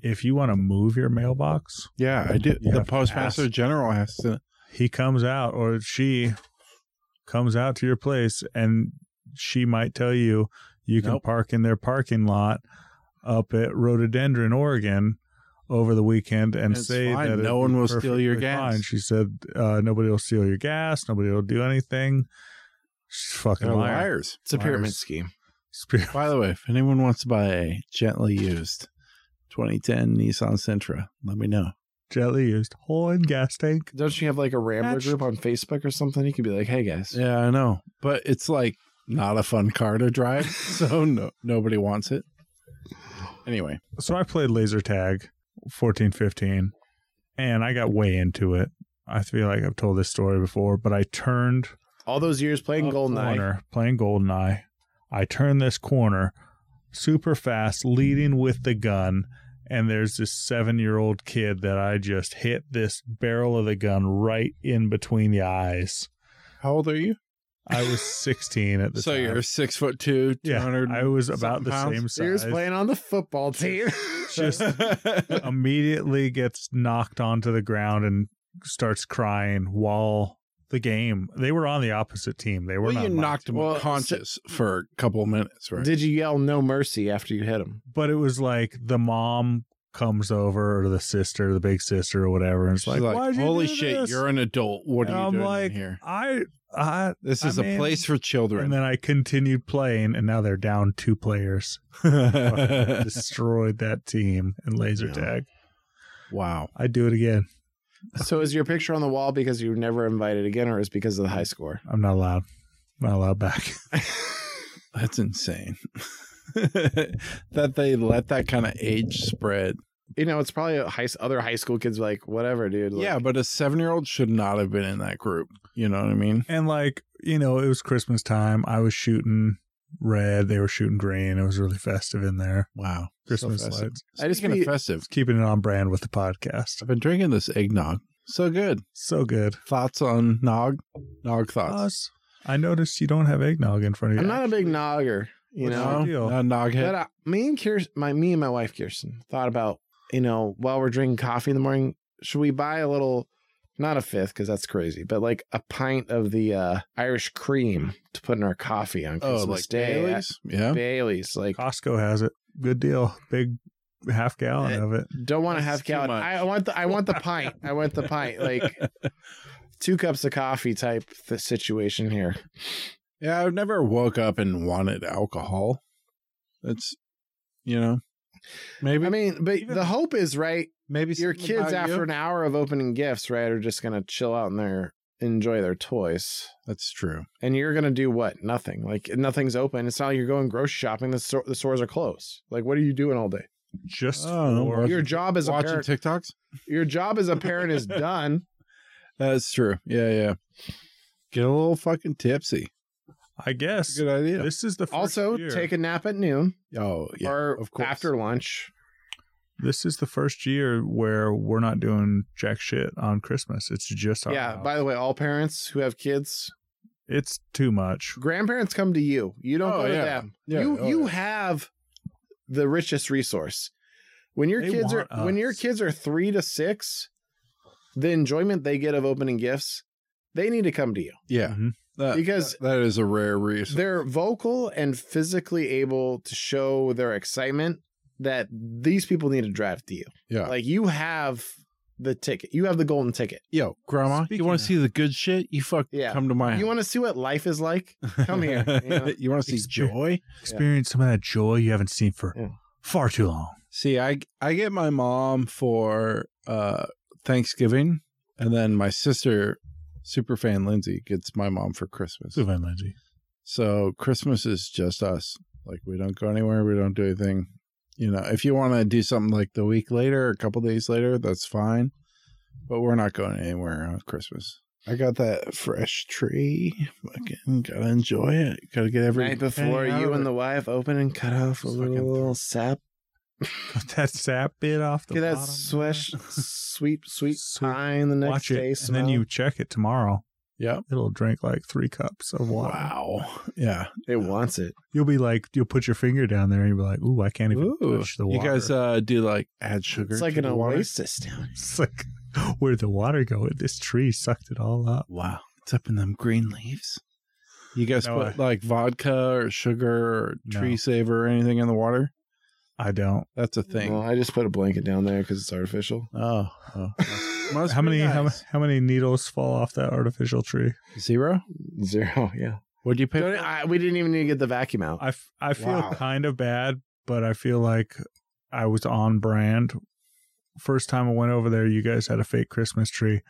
S2: if you want to move your mailbox,
S3: Yeah, I do. the
S2: You have to
S3: postmaster
S2: ask.
S3: general has to.
S2: he comes out or she comes out to your place and she might tell you you can
S3: Nope.
S2: park in their parking lot up at Rhododendron, Oregon over the weekend and
S3: It's
S2: say
S3: fine.
S2: that
S3: No
S2: it'd be
S3: one will steal your
S2: perfectly
S3: gas.
S2: fine. She said uh, nobody will steal your gas, nobody will do anything. She's a fucking
S3: They're
S2: liar.
S3: liars.
S4: It's a pyramid
S2: Liars.
S4: scheme.
S2: Spirit-
S3: By the way, if anyone wants to buy a gently used 2010 Nissan Sentra, let me know.
S2: Gently used hole in gas tank.
S4: Don't you have like a Rambler
S2: That's-
S4: group on Facebook or something? You could be like, hey guys.
S3: Yeah, I know, but it's like not a fun car to drive, so no, nobody wants it. Anyway,
S2: so I played laser tag 14 15 and I got way into it. I feel like I've told this story before, but I turned
S4: All those years playing
S2: a
S4: Goldeneye.
S2: corner, playing Goldeneye. I turned this corner super fast, leading with the gun, and there's this seven year old kid that I just hit this barrel of the gun right in between the eyes.
S3: how old are you?
S2: I was 16 at the
S3: So
S2: time.
S3: you're six foot two, two
S2: yeah,
S3: hundred.
S2: I was about the same
S4: He was
S2: size.
S4: playing on the football team.
S2: Just immediately gets knocked onto the ground and starts crying while the game. They were on the opposite team. They were
S3: Well,
S2: not
S3: you
S2: mine.
S3: knocked him
S4: Well,
S3: conscious for a couple minutes, right?
S4: Did you yell no mercy after you hit him?
S2: but it was like the mom comes over or the sister, the big sister or whatever, and it's
S3: She's
S2: like,
S3: like,
S2: Why'd you
S3: holy
S2: do
S3: shit,
S2: this?"
S3: you're an adult. What are
S2: And
S3: you
S2: I'm
S3: doing in
S2: like,
S3: here?
S2: I, I,
S3: This
S2: I
S3: is
S2: mean-
S3: a place for
S2: and
S3: children.
S2: then I continued playing, and now they're down two players. Destroyed that team in laser
S4: Yeah.
S2: tag.
S3: wow.
S2: I'd do it again.
S4: So is your picture on the wall because you were never invited again, or is it because of the high score?
S2: I'm not allowed. Not allowed back.
S3: That's insane. that they let that kind of age spread.
S4: You know, it's probably a high, other high school kids like whatever, dude. like-
S3: yeah, but a seven year old should not have been in that group. You know what I mean?
S2: And like, you know, it was Christmas time. I was shooting red. They were shooting green. It was really festive in there.
S3: Wow.
S2: Christmas
S3: festive.
S2: lights.
S4: I just
S3: Speaking of
S4: be-
S3: festive.
S2: Keeping it on brand with the podcast.
S3: I've been drinking this eggnog. So good.
S2: So good.
S3: Thoughts on nog? Nog thoughts.
S2: Us. I noticed you don't have eggnog in front of you.
S4: I'm not a big nogger, you
S2: What's
S4: know.
S2: your deal?
S3: not nog
S4: But
S3: head.
S4: uh, me and Kirsten, my me and my wife Kirsten thought about you know while we're drinking coffee in the morning, should we buy a little, not a fifth because that's crazy, but like a pint of the uh, Irish cream to put in our coffee on
S3: Oh,
S4: Christmas
S3: like
S4: Day. at
S3: Bailey's? Yeah.
S4: Bailey's, like
S2: Costco has it. Good deal. Big half gallon
S3: Eh.
S2: of it.
S4: don't want to
S3: That's
S4: have
S3: too
S4: gallon.
S3: much.
S4: I want the I want the pint. I want the pint. Like two cups of coffee type the situation here.
S3: Yeah, I've never woke up and wanted alcohol. That's, you know, maybe
S4: I mean, but
S2: Even-
S4: the hope is right.
S3: maybe
S4: your
S3: something
S4: kids
S3: about
S4: after
S3: you-
S4: an hour of opening gifts right are just gonna chill out and their enjoy their toys
S3: That's true.
S4: and you're gonna do what nothing like nothing's open it's not like you're going grocery shopping the, store the stores are closed like what are you doing all day
S2: Just
S3: I
S4: Oh,
S3: don't know,
S2: for
S3: Watching-
S4: your job as a
S3: Watching
S4: parent
S3: TikToks.
S4: your job as a parent is done
S3: That's true. Yeah, yeah. Get a little fucking tipsy.
S2: I
S3: That's
S2: guess
S3: a good idea.
S2: this is the first
S4: also
S2: year.
S4: take a nap at noon
S3: oh yeah,
S4: or
S3: of course.
S4: after lunch
S2: this is the first year where we're not doing jack shit on Christmas. It's just our
S4: yeah
S2: house.
S4: by the way all parents who have kids
S2: it's too much.
S4: grandparents come to you you don't
S3: Oh,
S4: go to
S3: yeah.
S4: them
S3: Yeah,
S4: you
S3: oh,
S4: you
S3: yeah.
S4: have the richest resource. When your
S2: They
S4: kids are
S2: want
S4: when your
S2: us.
S4: kids are three to six, the enjoyment they get of opening gifts, they need to come to you
S3: yeah.
S2: Mhm.
S3: That,
S4: Mm-hmm. because
S3: that is a rare reason.
S4: they're vocal and physically able to show their excitement that these people need to drive to you.
S3: Yeah.
S4: Like you have the ticket, you have the golden ticket.
S3: Yo, grandma,
S2: Speaking
S3: you want
S2: of-
S3: to see the good shit? You fuck.
S4: Yeah.
S3: Come to my.
S4: You want to see what life is like?
S3: house.
S4: come here, you know?
S3: you want to see
S2: Experience-
S3: joy?
S2: Experience some of that joy you haven't seen for
S4: Yeah.
S2: far too long.
S3: See, I I get my mom for uh Thanksgiving, and then my sister, super fan Lindsay, gets my mom for Christmas.
S2: So Van Lindsay.
S3: So Christmas is just us. Like we don't go anywhere, we don't do anything. You know, if you want to do something like the week later, or a couple days later, that's fine. But we're not going anywhere on Christmas. I got that fresh tree. Fucking gotta enjoy it. Gotta get every
S4: Right before
S3: penny out
S4: you
S3: of
S4: and
S3: it.
S4: the wife open and cut off a
S3: Fucking-
S4: little sap.
S2: Cut that sap bit off the
S4: Get that
S2: bottom
S4: swish,
S2: there.
S4: sweet, sweet
S2: Sweet.
S4: pine the next
S2: Watch
S4: day.
S2: it, and then
S4: smell.
S2: you check it tomorrow.
S3: Yep.
S2: It'll drink like three cups of water.
S3: Wow. Yeah.
S4: it wants it.
S2: You'll be like, you'll put your finger down there and you'll be like, ooh, I can't even
S3: Ooh.
S2: touch the
S3: You
S2: water.
S3: guys uh, do like add sugar.
S4: It's like
S3: to
S4: an
S3: the water?
S4: oasis down there.
S2: it's like, where'd the water go? This tree sucked it all up.
S3: Wow, it's up in them green leaves. You guys
S2: No,
S3: put
S2: I-
S3: like vodka or sugar or
S2: No.
S3: tree saver or anything in the water?
S2: I don't.
S3: That's a thing.
S4: Well, I just put a blanket down there because it's artificial.
S3: oh, oh. Must
S2: how
S3: be
S2: many how,
S3: nice.
S2: how many needles fall off that artificial tree?
S3: zero?
S4: Zero, yeah.
S3: What'd you pick?
S4: Don't- e, I- we didn't even need to get the vacuum out.
S2: I, f- I feel
S3: Wow.
S2: kind of bad, but I feel like I was on brand. First time I went over there, you guys had a fake Christmas tree.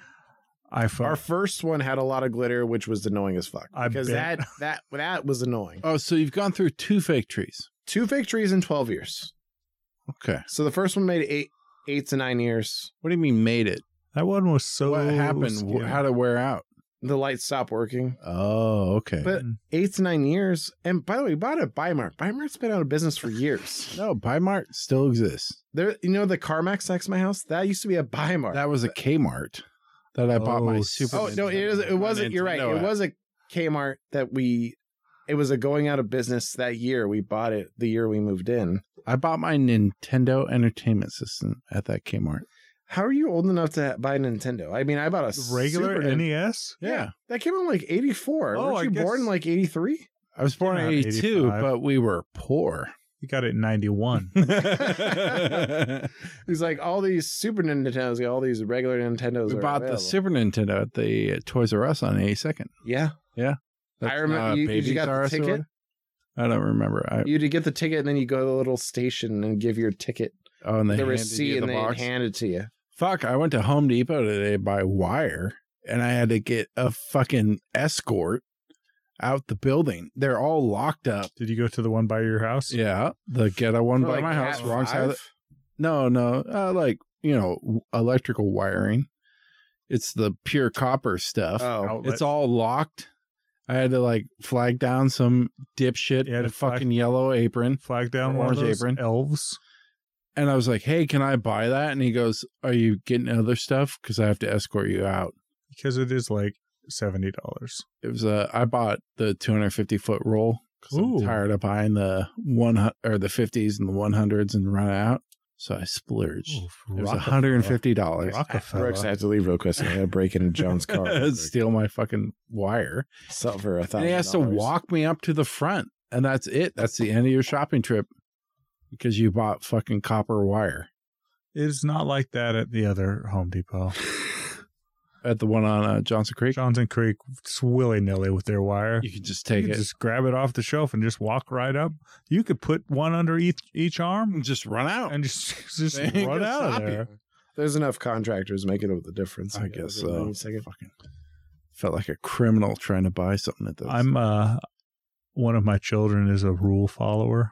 S2: I
S4: Our
S2: felt
S4: first one had a lot of glitter, which was annoying as fuck.
S2: I
S4: Because
S2: bet.
S4: that that that was annoying.
S3: oh, so you've gone through two fake trees.
S4: Two fake trees in twelve years.
S3: Okay.
S4: So the first one made eight eight to nine years.
S3: What do you mean made it?
S2: that one was so.
S3: what happened? Wh-
S2: skinny.
S3: How'd it wear out?
S4: The lights stopped working.
S3: Oh, okay.
S4: But
S2: Mm.
S4: eight to nine years. And by the way, we bought a Bimart. Bimart's been out of business for years.
S3: no, Bimart still exists.
S4: There, you know the CarMax next to my house? That used to be a Bimart.
S3: That was a Kmart that I bought my
S2: Oh,
S3: Super.
S4: oh no, it
S3: Nintendo-
S4: is. It
S3: my
S4: wasn't. You're right.
S3: Nintendo
S4: It
S3: at.
S4: was a Kmart that we. It was a going out of business that year. We bought it the year we moved in.
S3: I bought my Nintendo Entertainment System at that Kmart.
S4: How are you old enough to buy a Nintendo? I mean, I bought a
S2: regular E
S4: Super Nin-
S2: NES.
S3: yeah.
S4: that came out in like '84.
S2: Oh,
S4: Weren't
S2: I
S4: you
S2: guess-
S4: born in like '83?
S3: I was born in
S2: Came out in
S3: 82,
S2: 85.
S3: but we were poor.
S2: You got it in '91.
S3: we
S4: He's like all these Super Nintendos, all these regular Nintendos. are
S3: bought the
S4: available.
S3: Super Nintendo at the uh, Toys R Us on 82nd.
S4: Yeah, I remember-
S3: not a
S4: you- you
S3: Babies
S4: got the
S3: R Us or
S4: ticket?
S3: whatever? I don't remember. I,
S4: you to get the ticket, and then you go to the little station and give your ticket,
S3: oh, and they
S4: the
S3: handed
S4: receipt,
S3: you
S4: and
S3: the
S4: they
S3: box.
S4: hand it to you.
S3: Fuck! I went to Home Depot today by wire, and I had to get a fucking escort out the building. They're all locked up.
S2: Did you go to the one by your house?
S3: Yeah, the get a one
S4: For,
S3: by
S4: like,
S3: my house,
S4: Cat
S3: wrong side. Of the,
S4: five?
S3: No, no. Uh, like, you know, w- electrical wiring. It's the pure copper stuff.
S4: Oh.
S2: Outlet.
S3: It's all locked. I had to like flag down some dipshit
S2: You
S3: in
S2: had
S3: a
S2: to flag-
S3: fucking yellow apron.
S2: Flag down
S3: Or
S2: one of
S3: orange
S2: those
S3: apron.
S2: elves.
S3: And I was like, hey, can I buy that? And he goes, are you getting other stuff? Because I have to escort you out.
S2: because it is like seventy dollars.
S3: It was, uh, I bought the 250 foot roll because I'm
S2: Ooh.
S3: tired of buying the one hu- or the 50s and the 100s and run out. So I splurged. It was $150.
S4: Brooks, I
S2: Rockefeller.
S4: have to leave real quick. So I got to break into John's car. real quick.
S3: Steal my fucking wire.
S4: Sell it for a thousand.
S3: and he has to
S4: dollars.
S3: walk me up to the front, and that's it. That's the end of your shopping trip because you bought fucking copper wire
S2: It's not like that at the other Home Depot.
S3: at the one on uh, Johnson Creek.
S2: Johnson Creek, just willy nilly with their wire.
S3: You can just
S2: You
S3: take
S2: could
S3: it,
S2: just grab it off the shelf and just walk right up. You could put one under each each arm
S3: and just run out.
S2: and just just
S3: They ain't
S2: run
S3: gonna
S2: out
S3: stop
S2: of
S3: you.
S2: there.
S4: There's enough contractors making up the difference.
S3: I guess
S4: Give me
S3: so.
S4: a second.
S3: Fucking felt like a criminal trying to buy something at those.
S2: I'm uh one of my children is a rule follower.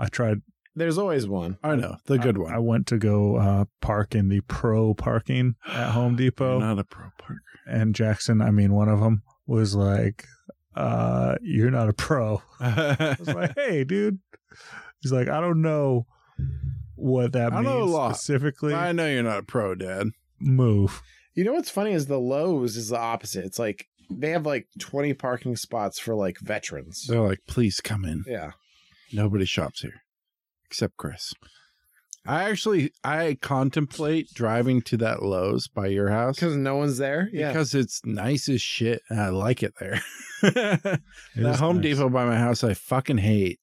S2: I tried
S4: There's always one.
S3: I know the good
S2: I,
S3: one.
S2: I went to go uh park in the pro parking at Home Depot.
S3: You're not a pro parker.
S2: and Jackson, I mean, one of them was like, uh, you're not a pro.
S3: I
S2: I was like, hey, dude. He's like, I don't know what that
S3: I don't
S2: means
S3: know a lot.
S2: specifically.
S3: know you're not a pro, Dad.
S2: Move.
S4: You know what's funny is the Lowe's is the opposite. It's like they have like 20 parking spots for like veterans.
S3: They're like, please come in.
S4: Yeah.
S3: Nobody shops here except Chris. I actually I contemplate driving to that Lowe's by your house
S4: Because no one's there. Yeah.
S3: because it's nice as shit and I like it there.
S2: It
S3: the
S2: is
S3: Home
S2: nice.
S3: Depot by my house I fucking hate,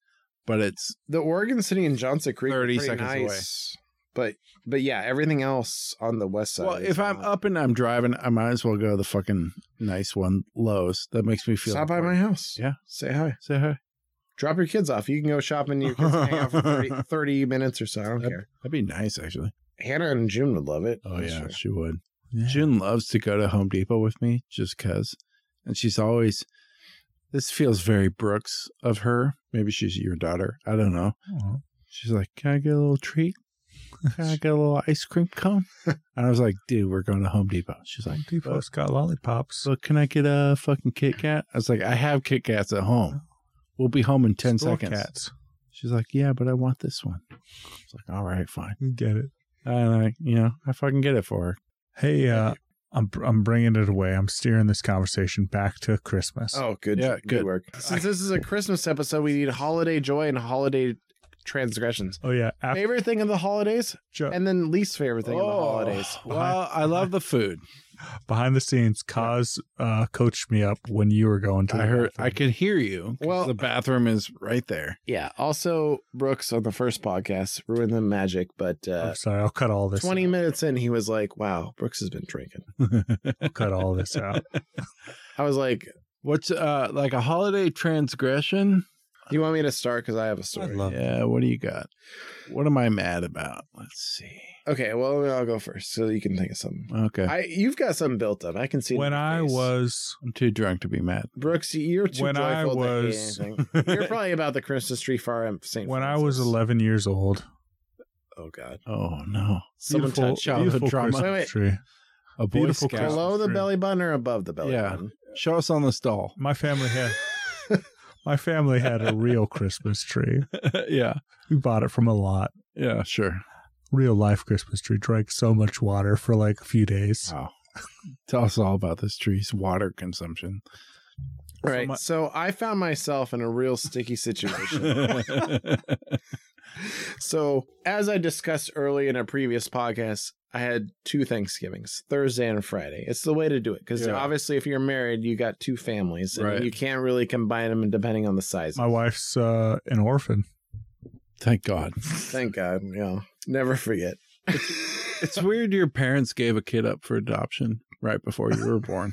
S3: but it's
S4: the Oregon City and Johnson Creek are
S3: 30
S4: pretty
S3: seconds
S4: nice. But but yeah, everything else on the west side.
S3: well
S4: is
S3: if I'm
S4: not.
S3: up and I'm driving, I might as well go to the fucking nice one Lowe's. That makes me feel
S4: stop by my
S3: important.
S4: house.
S3: Yeah.
S4: Say hi.
S3: Say hi.
S4: Drop your kids off. You can go shopping. Your kids can hang out for 30, 30 minutes or so. I don't
S3: Yep.
S4: care.
S3: That'd be nice, actually.
S4: Hannah and June would love it.
S3: Oh
S4: I'm
S3: yeah,
S4: sure.
S3: she would.
S2: Yeah.
S3: June loves to go to Home Depot with me just cuz. And she's always this feels very Brooks of her. Maybe she's your daughter. I don't know.
S2: Oh,
S3: She's like, Can I get a little treat? Can I get a little ice cream cone? and I was like, dude, we're going to Home Depot. She's like,
S2: Home Depot's got lollipops.
S3: So can I get a fucking Kit Kat? I was like, I have Kit Kats at home. We'll be home in ten
S2: Store
S3: seconds.
S2: Cats.
S3: She's like, Yeah, but I want this one. I was like, All right, fine.
S2: You get it.
S3: And I, you know, I fucking get it for her.
S2: Hey, uh, I'm I'm bringing it away. I'm steering this conversation back to Christmas.
S4: Oh, good.
S3: Yeah, good.
S4: work. Since this is a Christmas episode, we need holiday joy and holiday transgressions.
S2: Oh, yeah. After,
S4: Favorite thing of the holidays,
S2: Joe,
S4: and then least favorite thing of the holidays.
S3: Oh, Well, I love the food.
S2: behind the scenes, Cause uh, coached me up when you were going to.
S3: I
S2: the
S3: heard.
S2: bathroom.
S3: I could hear you. 'cause
S4: Well-
S3: the bathroom is right there.
S4: Yeah. Also, Brooks on the first podcast ruined the magic, but uh,
S2: I'm sorry. I'll cut all this.
S4: 20 minutes in, he was like, wow, Brooks has been drinking.
S2: I'll cut all this out.
S4: I was like,
S3: What's uh like a holiday transgression?
S4: you want me to start? Because I have a
S2: I
S4: story.
S2: love it.
S3: Yeah. What do you got? What am I mad about? Let's see.
S4: okay. Well, I'll go first so you can think of something.
S3: Okay.
S4: I, you've got something built up. I can see it in
S2: When
S4: your
S2: I
S4: face.
S2: was
S3: I'm too drunk to be mad.
S4: Brooks, you're too
S2: When I
S4: joyful to hate
S2: was-
S4: anything. You're probably about the Christmas tree far in St.
S2: when I was 11 years old,
S4: Oh God!
S3: oh no.
S4: Someone
S2: beautiful,
S4: touched
S3: childhood
S2: beautiful
S3: trauma.
S2: Christmas
S4: Wait, wait.
S2: tree.
S3: A boy
S2: Beautiful
S3: scout.
S2: Christmas.
S4: below the
S2: tree.
S4: belly button or above the belly
S3: Yeah.
S4: button?
S3: Show us on the stall.
S2: My family had my family had a real Christmas tree.
S3: yeah.
S2: We bought it from a lot.
S3: Yeah. Sure.
S2: Real life Christmas tree drank so much water for like a few days.
S3: Wow. Tell us all about this tree's water consumption.
S4: All right.
S2: my-
S4: so I found myself in a real sticky situation. so as I discussed early in a previous podcast, I had two Thanksgivings, Thursday and Friday. It's the way to do it because
S3: Yeah.
S4: obviously, if you're married, you got two families, and
S3: Right.
S4: you can't really combine them depending on the size.
S2: My wife's uh, an orphan.
S3: Thank God.
S4: Thank God, yeah, never forget.
S3: It's weird your parents gave a kid up for adoption right before you were born.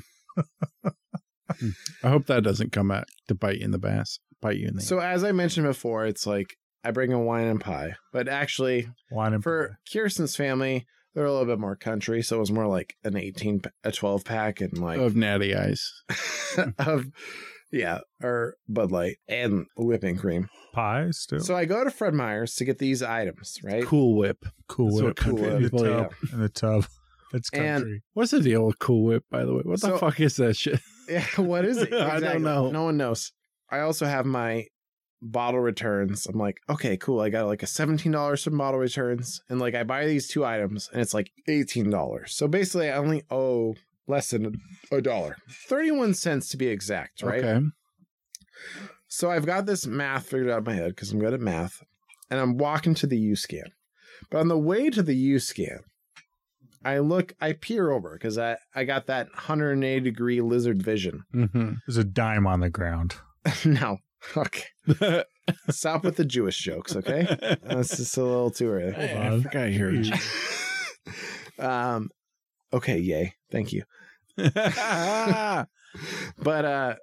S3: I hope that doesn't come out to bite you in the bass, bite you in the
S4: So as I mentioned before, it's like I bring a wine and pie, but actually
S2: Wine and
S4: for Kirsten's family, they're a little bit more country, so it was more like an eighteen, p- a twelve pack, and like
S3: of natty ice.
S4: of yeah, or Bud Light and whipping cream.
S2: pie still.
S4: So I go to Fred Meyer's to get these items, right?
S3: Cool Whip.
S2: cool
S3: That's
S2: whip.
S3: what country
S2: in, the
S3: people
S2: tub, in the tub. It's
S4: And-
S2: country.
S3: What's the deal with Cool Whip, by the way? What
S4: So-
S3: the fuck is that shit?
S4: Yeah, what is it?
S3: I don't
S4: Exactly.
S3: know.
S4: No one knows. I also have my bottle returns. I'm like, okay, cool. I got like a $17 from bottle returns. And like I buy these two items and it's like $18. So basically I only owe less than a dollar. 31 cents to be exact, right?
S3: Okay.
S4: So I've got this math figured out in my head because I'm good at math. And I'm walking to the U scan. But on the way to the U scan, I look, I peer over because I, I got that 180 degree lizard vision.
S3: Mm-hmm.
S2: There's a dime on the ground.
S4: no. Okay. Stop with the Jewish jokes, okay? That's just a little too early.
S3: I forgot I hear you.
S4: Um okay, yay. Thank you. But uh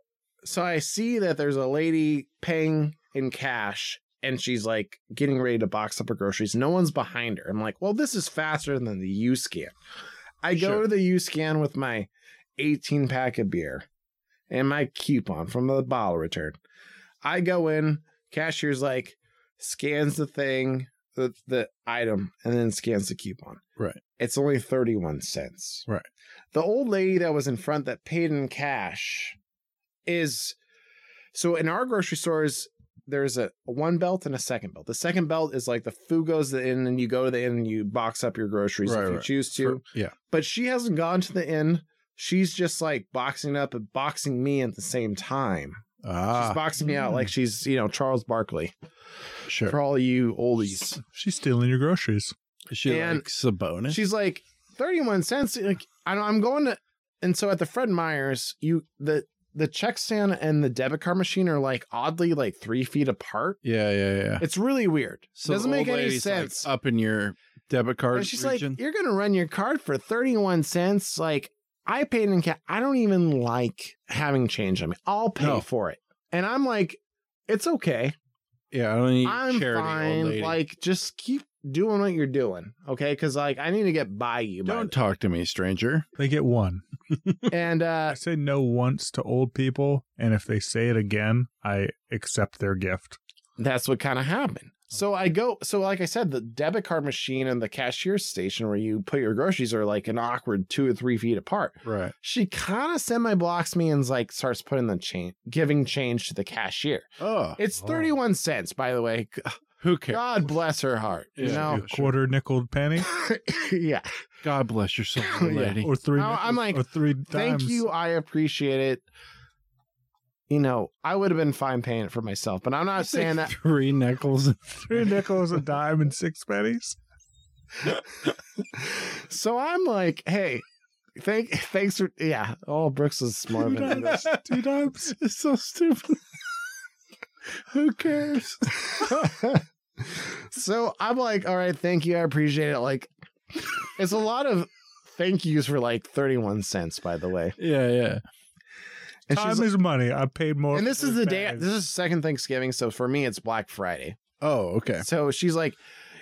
S4: so I see that there's a lady paying in cash and she's like getting ready to box up her groceries. No one's behind her. I'm like, "Well, this is faster than the U scan." I go
S3: Sure.
S4: to the U scan with my 18 pack of beer and my coupon from the bottle return. I go in, cashier's like scans the thing, the, the item, and then scans the coupon.
S3: Right.
S4: It's only 31 cents.
S3: Right.
S4: The old lady that was in front that paid in cash is so in our grocery stores, there's a a one belt and a second belt. The second belt is like the food goes to the inn and you go to the inn and you box up your groceries
S3: Right,
S4: if you
S3: right.
S4: choose to
S3: yeah.
S4: but she hasn't gone to the inn. She's just like boxing up and boxing me at the same time. she's
S3: Ah,
S4: boxing me out like she's, you know, Charles Barkley
S3: sure.
S4: for all you oldies.
S2: She's stealing your groceries.
S3: Is she
S4: And-
S3: like Sabonis?
S4: She's like 31 cents. Like I know I'm going to and so at the Fred Meyer's, you the the check stand and the debit card machine are like oddly like three feet apart.
S3: yeah, yeah, yeah.
S4: It's really weird.
S3: So
S4: Doesn't
S3: the
S4: make
S3: old
S4: any
S3: lady's, like,
S4: sense.
S3: up in your debit
S4: And
S3: card
S4: she's
S3: region.
S4: like, you're gonna run your card for 31 cents. Like I paid in cash. I don't even like having change on me. I'll pay
S3: No.
S4: for it. And I'm like, It's okay.
S3: Yeah, I don't need
S4: I'm
S3: charity, old
S4: fine.
S3: lady.
S4: Like, just keep doing what you're doing, okay? Because like, I need to get by you. by
S3: don't talk to me, stranger.
S2: They get one.
S4: th- and uh,
S2: I say no once to old people, and if they say it again, I accept their gift.
S4: that's what kind of happened. So I go. So like I said, the debit card machine and the cashier station where you put your groceries are like an awkward two or three feet apart.
S3: Right.
S4: She kind of semi blocks me and like starts putting the change, giving change to the cashier.
S3: Oh,
S4: It's
S2: Oh.
S4: thirty one cents, by the way.
S3: who cares? God,
S4: God bless her heart. You
S3: Yeah.
S4: know,
S2: A quarter nickel penny,
S4: yeah.
S3: bless your soul,
S4: Yeah.
S3: old lady.
S2: or three.
S4: Oh, I'm
S2: nickels,
S4: like,
S2: or three
S4: Thank
S2: dimes.
S4: you. I appreciate it. You know, I would have been fine paying it for myself, but I'm not saying that.
S3: Three nickels.
S2: Three nickels, a dime, and six pennies.
S4: So I'm like, hey, thank, thanks for, yeah. Oh, Brooks is smart. than English.
S2: Two dimes.
S3: It's so stupid. who cares?
S4: so I'm like, all right, thank you. I appreciate it. Like, it's a lot of thank yous for like 31 cents, by the way.
S3: Yeah, yeah.
S4: And, she's
S2: Time
S4: like-
S2: is money. I paid more.
S4: and this
S2: for
S4: is the day,
S2: bags.
S4: this is second Thanksgiving. So for me, it's Black Friday.
S3: Oh, okay.
S4: So she's like,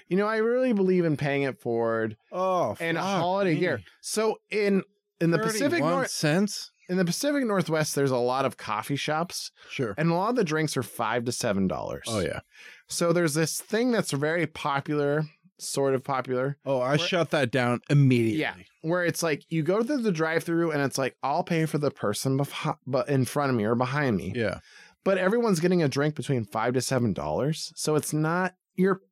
S4: you know, I really believe in paying it forward.
S3: Oh,
S4: and a holiday gear. So in in the Pacific North
S3: cents.
S4: in the Pacific Northwest, there's a lot of coffee shops,
S3: Sure.
S4: and a lot of the drinks are five to seven dollars.
S3: Oh yeah.
S4: So there's this thing that's very popular, sort of popular,
S3: Oh, I
S4: Where-
S3: shut that down immediately.
S4: Yeah. where it's like you go to the drive-through and it's like I'll pay for the person bef- but in front of me or behind me,
S3: Yeah.
S4: but everyone's getting a drink between five to seven dollars. So it's not you're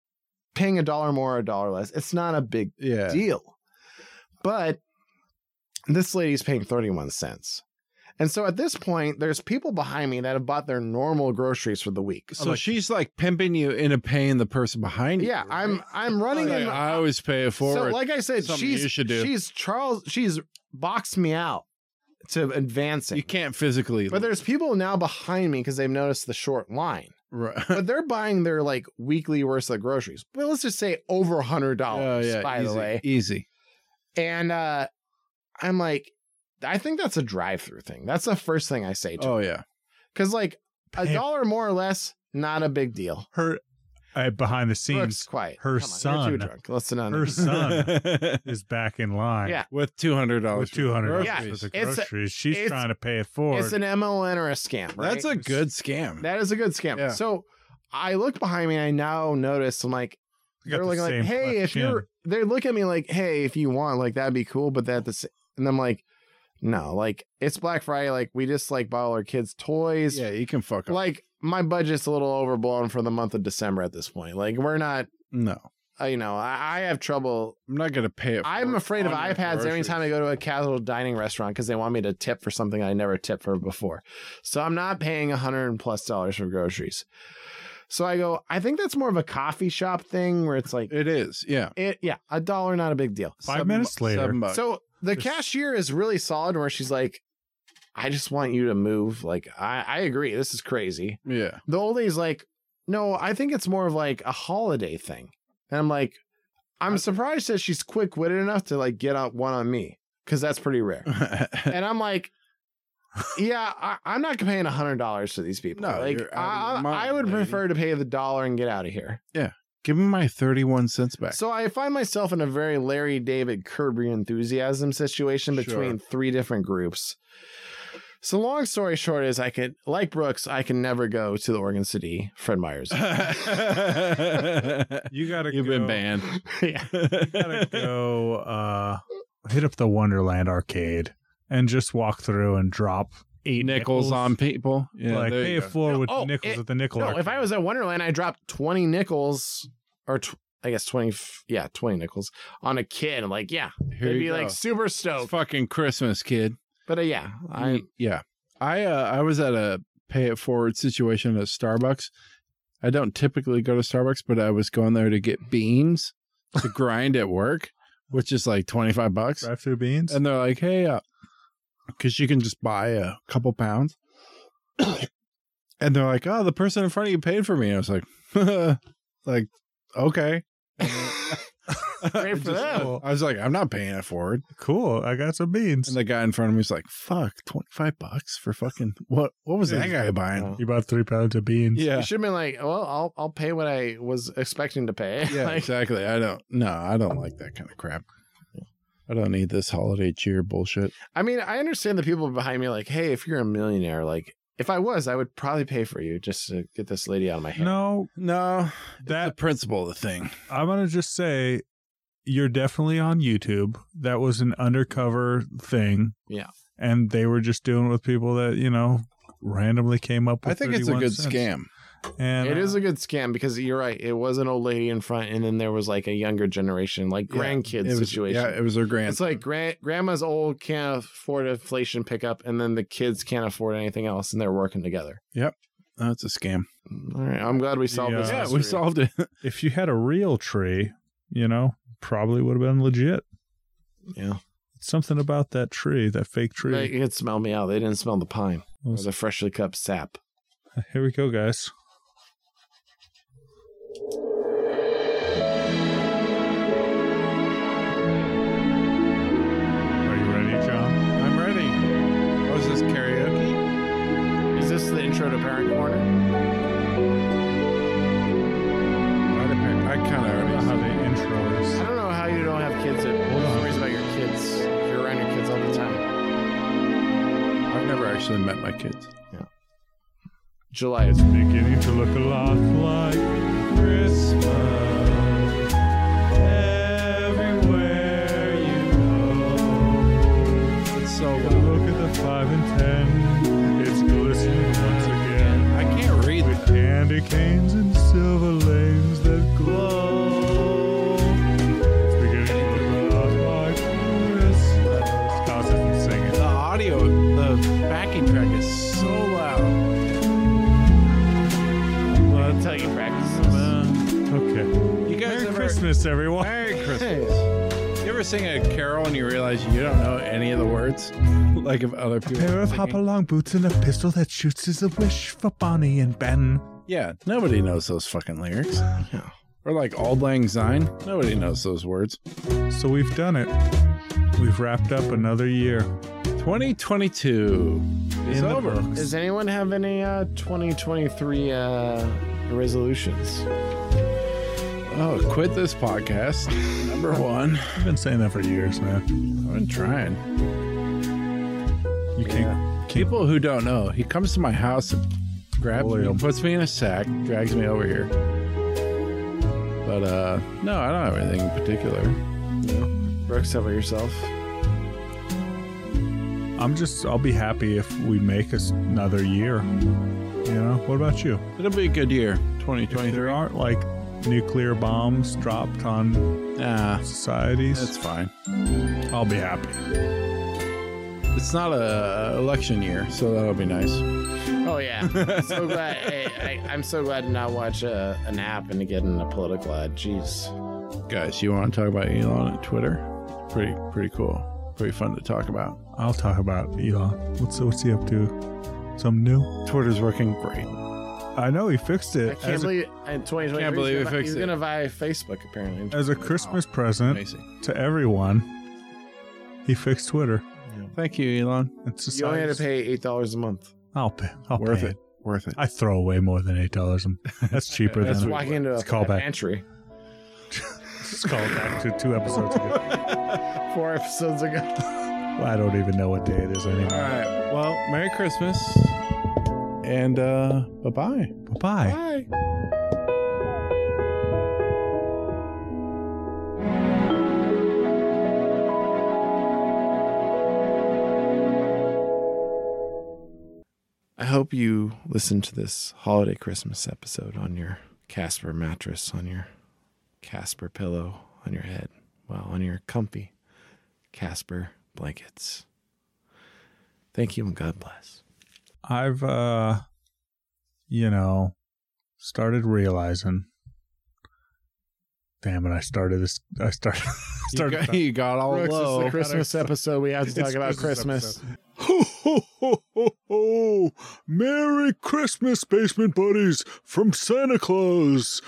S4: paying a dollar more or a dollar less. It's not a big
S3: Yeah.
S4: deal. But this lady's paying 31 cents. And so at this point, there's people behind me that have bought their normal groceries for the week.
S3: So she's like pimping you into paying the person behind you.
S4: yeah, I'm I'm running
S3: Like,
S4: in
S3: I always pay it
S4: so
S3: forward.
S4: like I said,
S3: Something
S4: she's
S3: you should do.
S4: she's Charles she's boxed me out to advancing.
S3: you can't physically.
S4: but there's people now behind me because they've noticed the short line.
S3: Right.
S4: But they're buying their like weekly worth of groceries. But let's just say over a hundred
S3: Oh,
S4: dollars,
S3: yeah,
S4: by
S3: easy,
S4: the way.
S3: easy.
S4: And uh I'm like, I think that's a drive through thing. That's the first thing I say to
S3: Oh yeah.
S4: because like a
S2: Pam-
S4: dollar more or less, not a big deal.
S2: her uh, behind the
S4: Brooks,
S2: scenes.
S4: quiet.
S2: her
S4: You're
S2: son-
S4: too drunk. Listen on.
S2: Her son is back in line.
S4: Yeah.
S3: With two hundred dollars.
S2: With two hundred dollars
S4: Yeah,
S2: for the
S4: it's a-
S2: groceries, she's
S4: it's-
S2: trying to pay it forward.
S4: It's an MLN or a scam. Right?
S3: That's a good scam.
S4: That is a good scam.
S3: Yeah.
S4: So I look behind me. and I now notice. I'm like,
S2: You got
S4: they're
S2: the
S4: like, like,
S2: same
S4: hey, if
S2: question.
S4: you're, they look at me like, hey, if you want, like that'd be cool. But that the, s- and I'm like, no, like it's Black Friday. Like we just like buy all our kids toys.
S3: yeah, you can fuck up.
S4: Like my budget's a little overblown for the month of December at this point. Like we're not,
S3: no,
S4: uh, you know, I, I have trouble
S3: I'm not gonna pay it.
S4: I'm
S3: forward
S4: afraid of
S3: on your
S4: iPads every time I
S3: groceries.
S4: go to a casual dining restaurant because they want me to tip for something I never tipped for before. So I'm not paying a hundred and plus dollars for groceries. So I go, I think that's more of a coffee shop thing where it's like
S3: It is. Yeah.
S4: it yeah, a dollar not a big deal.
S2: Five
S3: Seven
S2: minutes
S3: bu-
S2: later.
S3: seven bucks.
S4: So the
S2: Just-
S4: cashier is really solid where she's like, I just want you to move. Like, I, I agree, this is crazy.
S3: yeah.
S4: The old lady's like, No, I think it's more of like a holiday thing. And I'm like, I'm surprised that she's quick witted enough to like get out one on me because that's pretty rare. and I'm like, yeah, I, I'm not paying a hundred dollars to these people.
S3: No,
S4: like
S3: you're out
S4: I,
S3: of your
S4: I- I
S3: mind,
S4: would
S3: lady.
S4: prefer to pay the dollar and get out of here.
S3: Give me my thirty-one cents back.
S4: So I find myself in a very Larry David Curb Your enthusiasm situation between three different groups. So long story short is I could like Brooks, I can never go to the Oregon City Fred Meyer's.
S2: you gotta
S3: You've
S2: go,
S3: been banned.
S4: yeah.
S2: gotta go uh, hit up the Wonderland arcade and just walk through and drop eight
S3: nickels on people. Yeah,
S2: like
S3: there
S2: pay
S3: you
S2: it
S3: go.
S2: forward with
S4: Oh,
S2: nickels
S4: it-
S2: at the nickel.
S4: No, if I
S2: arcade.
S4: was at Wonderland, I dropped 20 nickels or tw- I guess 20 f- yeah, 20 nickels on a kid. I'm like, yeah,
S3: Here
S4: they'd
S3: you
S4: be
S3: go.
S4: like super
S3: It's
S4: stoked.
S3: fucking Christmas, kid.
S4: But uh, yeah, I
S3: Ye- yeah. I uh, I was at a pay it forward situation at Starbucks. I don't typically go to Starbucks, but I was going there to get beans to grind at work, which is like twenty five bucks.
S2: drive through beans.
S3: And they're like, "Hey, because you can just buy a couple pounds." and they're like, "Oh, the person in front of you paid for me." I was like, "Like, okay."
S4: Great for them.
S2: Cool.
S3: uh, I was like, I'm not paying it forward.
S2: Cool. I got some beans.
S3: And the guy in front of me was like, fuck, 25 bucks for fucking what? What was that guy buying?
S4: Oh.
S2: You bought three pounds of beans.
S3: Yeah.
S4: You should have been like, well, I'll I'll pay what I was expecting to pay.
S3: Yeah,
S4: Like,
S3: exactly. I don't, no, I don't like that kind of crap. I don't need this holiday cheer bullshit.
S4: I mean, I understand the people behind me like, hey, if you're a millionaire, like if I was, I would probably pay for you just to get this lady out of my hair.
S2: No,
S3: No, that
S2: that
S3: principle of the thing.
S2: I'm gonna just say you're definitely on YouTube. That was an undercover thing.
S4: Yeah.
S2: And they were just doing it with people that, you know, randomly came up with
S3: I think it's a
S2: 31
S3: good
S2: cents.
S3: scam.
S2: And
S4: It is a good scam because you're right. It was an old lady in front, and then there was like a younger generation, like
S3: Yeah,
S4: grandkids
S3: It was-
S4: situation.
S3: Yeah, it was her grand.
S4: it's like grand, grandma's old can't afford inflation pickup, and then the kids can't afford anything else, and they're working together.
S3: Oh,
S4: Mm,
S3: That's a scam.
S4: All right, I'm glad we solved this.
S2: Yeah,
S3: Yeah, we
S4: mystery.
S3: solved it.
S2: if you had a real tree, you know, probably would have been legit.
S4: Yeah.
S2: It's something about that tree, that fake tree.
S4: They could smell me out. They didn't smell the pine
S2: It
S4: or
S2: was-
S4: the freshly cupped sap.
S2: Here we go, guys. Are you ready, John?
S3: I'm ready. What is this karaoke?
S4: Is this the intro to Parent Corner?
S3: I kind
S2: I
S3: of
S2: don't know
S3: already.
S2: how the intro
S4: I
S2: is.
S4: don't know how you don't have kids that worries about your kids. You're around your kids all the time.
S3: I've never actually met my kids.
S4: July is
S2: Beginning to look a lot like Christmas. Everywhere you go.
S3: It's so
S2: Take a look at the 5 and 10. It's glistening once again.
S3: I can't read.
S2: With candy canes and silver lanes that glow. It's beginning to look a lot like Christmas. Cause it's singing.
S3: The audio, the backing track is so loud.
S4: I'll tell you practice.
S2: Okay.
S3: You guys
S2: Merry
S3: ever?
S2: Christmas, everyone.
S3: Merry Christmas. You ever sing a carol and you realize you don't know any of the words, like of other people?
S2: Pair of
S3: singing?
S2: hop-along boots and a pistol that shoots is a wish for Bonnie and Ben.
S3: Yeah, nobody knows those fucking lyrics.
S4: Yeah.
S3: Or like Auld Lang Syne. Nobody knows those words.
S2: So we've done it. We've wrapped up another year.
S3: 2022 is
S2: In the
S3: over.
S2: books.
S4: Does anyone have any uh, 2023 uh, resolutions?
S3: Oh, quit this podcast. Number one.
S2: I've been saying that for years, man.
S3: I've been trying.
S2: You can't.
S3: People who don't know, he comes to my house, grabs me,
S2: William.
S3: puts me in a sack, drags me over here. But uh no, I don't have anything in particular.
S4: Brooks, how about yourself?
S2: I'm just. I'll be happy if we make us another year. You know. What about you?
S3: It'll be a good year,
S2: If
S3: 2023.
S2: there aren't like nuclear bombs dropped on
S3: Nah,
S2: societies,
S3: that's fine.
S2: I'll be happy.
S3: It's not a election year, so that'll be nice.
S4: Oh yeah, so glad. I, I, I'm so glad to not watch a, an app and to get in a political ad. Jeez.
S3: Guys, you want to talk about Elon at Twitter? Pretty, pretty cool. Pretty fun to talk about.
S2: I'll talk about Elon. What's what's he up to? Something new?
S3: Twitter's working great.
S2: I know he fixed
S4: I
S2: it.
S4: can't
S2: As a,
S4: believe in 2020.
S3: Can't believe we fixed
S4: he's
S3: it.
S4: gonna buy Facebook apparently.
S2: as a Christmas present
S3: Amazing.
S2: to everyone, he fixed Twitter.
S3: Thank you, Elon.
S2: It's
S4: You only had to pay eight dollars a month.
S2: I'll pay. I'll
S3: Worth
S2: pay
S3: it. Worth it.
S2: I throw away more than eight dollars. That's cheaper
S3: That's what-
S2: than
S4: Just
S2: a,
S4: walking into a,
S2: It's callback.
S4: pantry
S2: it's called back to two episodes ago.
S4: four episodes ago.
S2: Well, I don't even know what day it is
S3: All
S2: anymore.
S3: right. Well, Merry Christmas. And uh bye bye.
S2: Bye bye.
S4: Bye. I hope you listen to this holiday Christmas episode on your Casper mattress, on your Casper pillow, on your head, well, on your comfy Casper blankets. Thank you and God bless.
S2: I've uh you know started realizing damn it I started this I started
S3: You
S2: started
S3: got, you got all
S4: Brooks, it's
S3: low.
S4: the Christmas episode. We have to talk
S2: It's
S4: about Christmas.
S2: episode.
S1: Ho, ho, ho, ho, ho! Merry Christmas, basement buddies, from Santa Claus.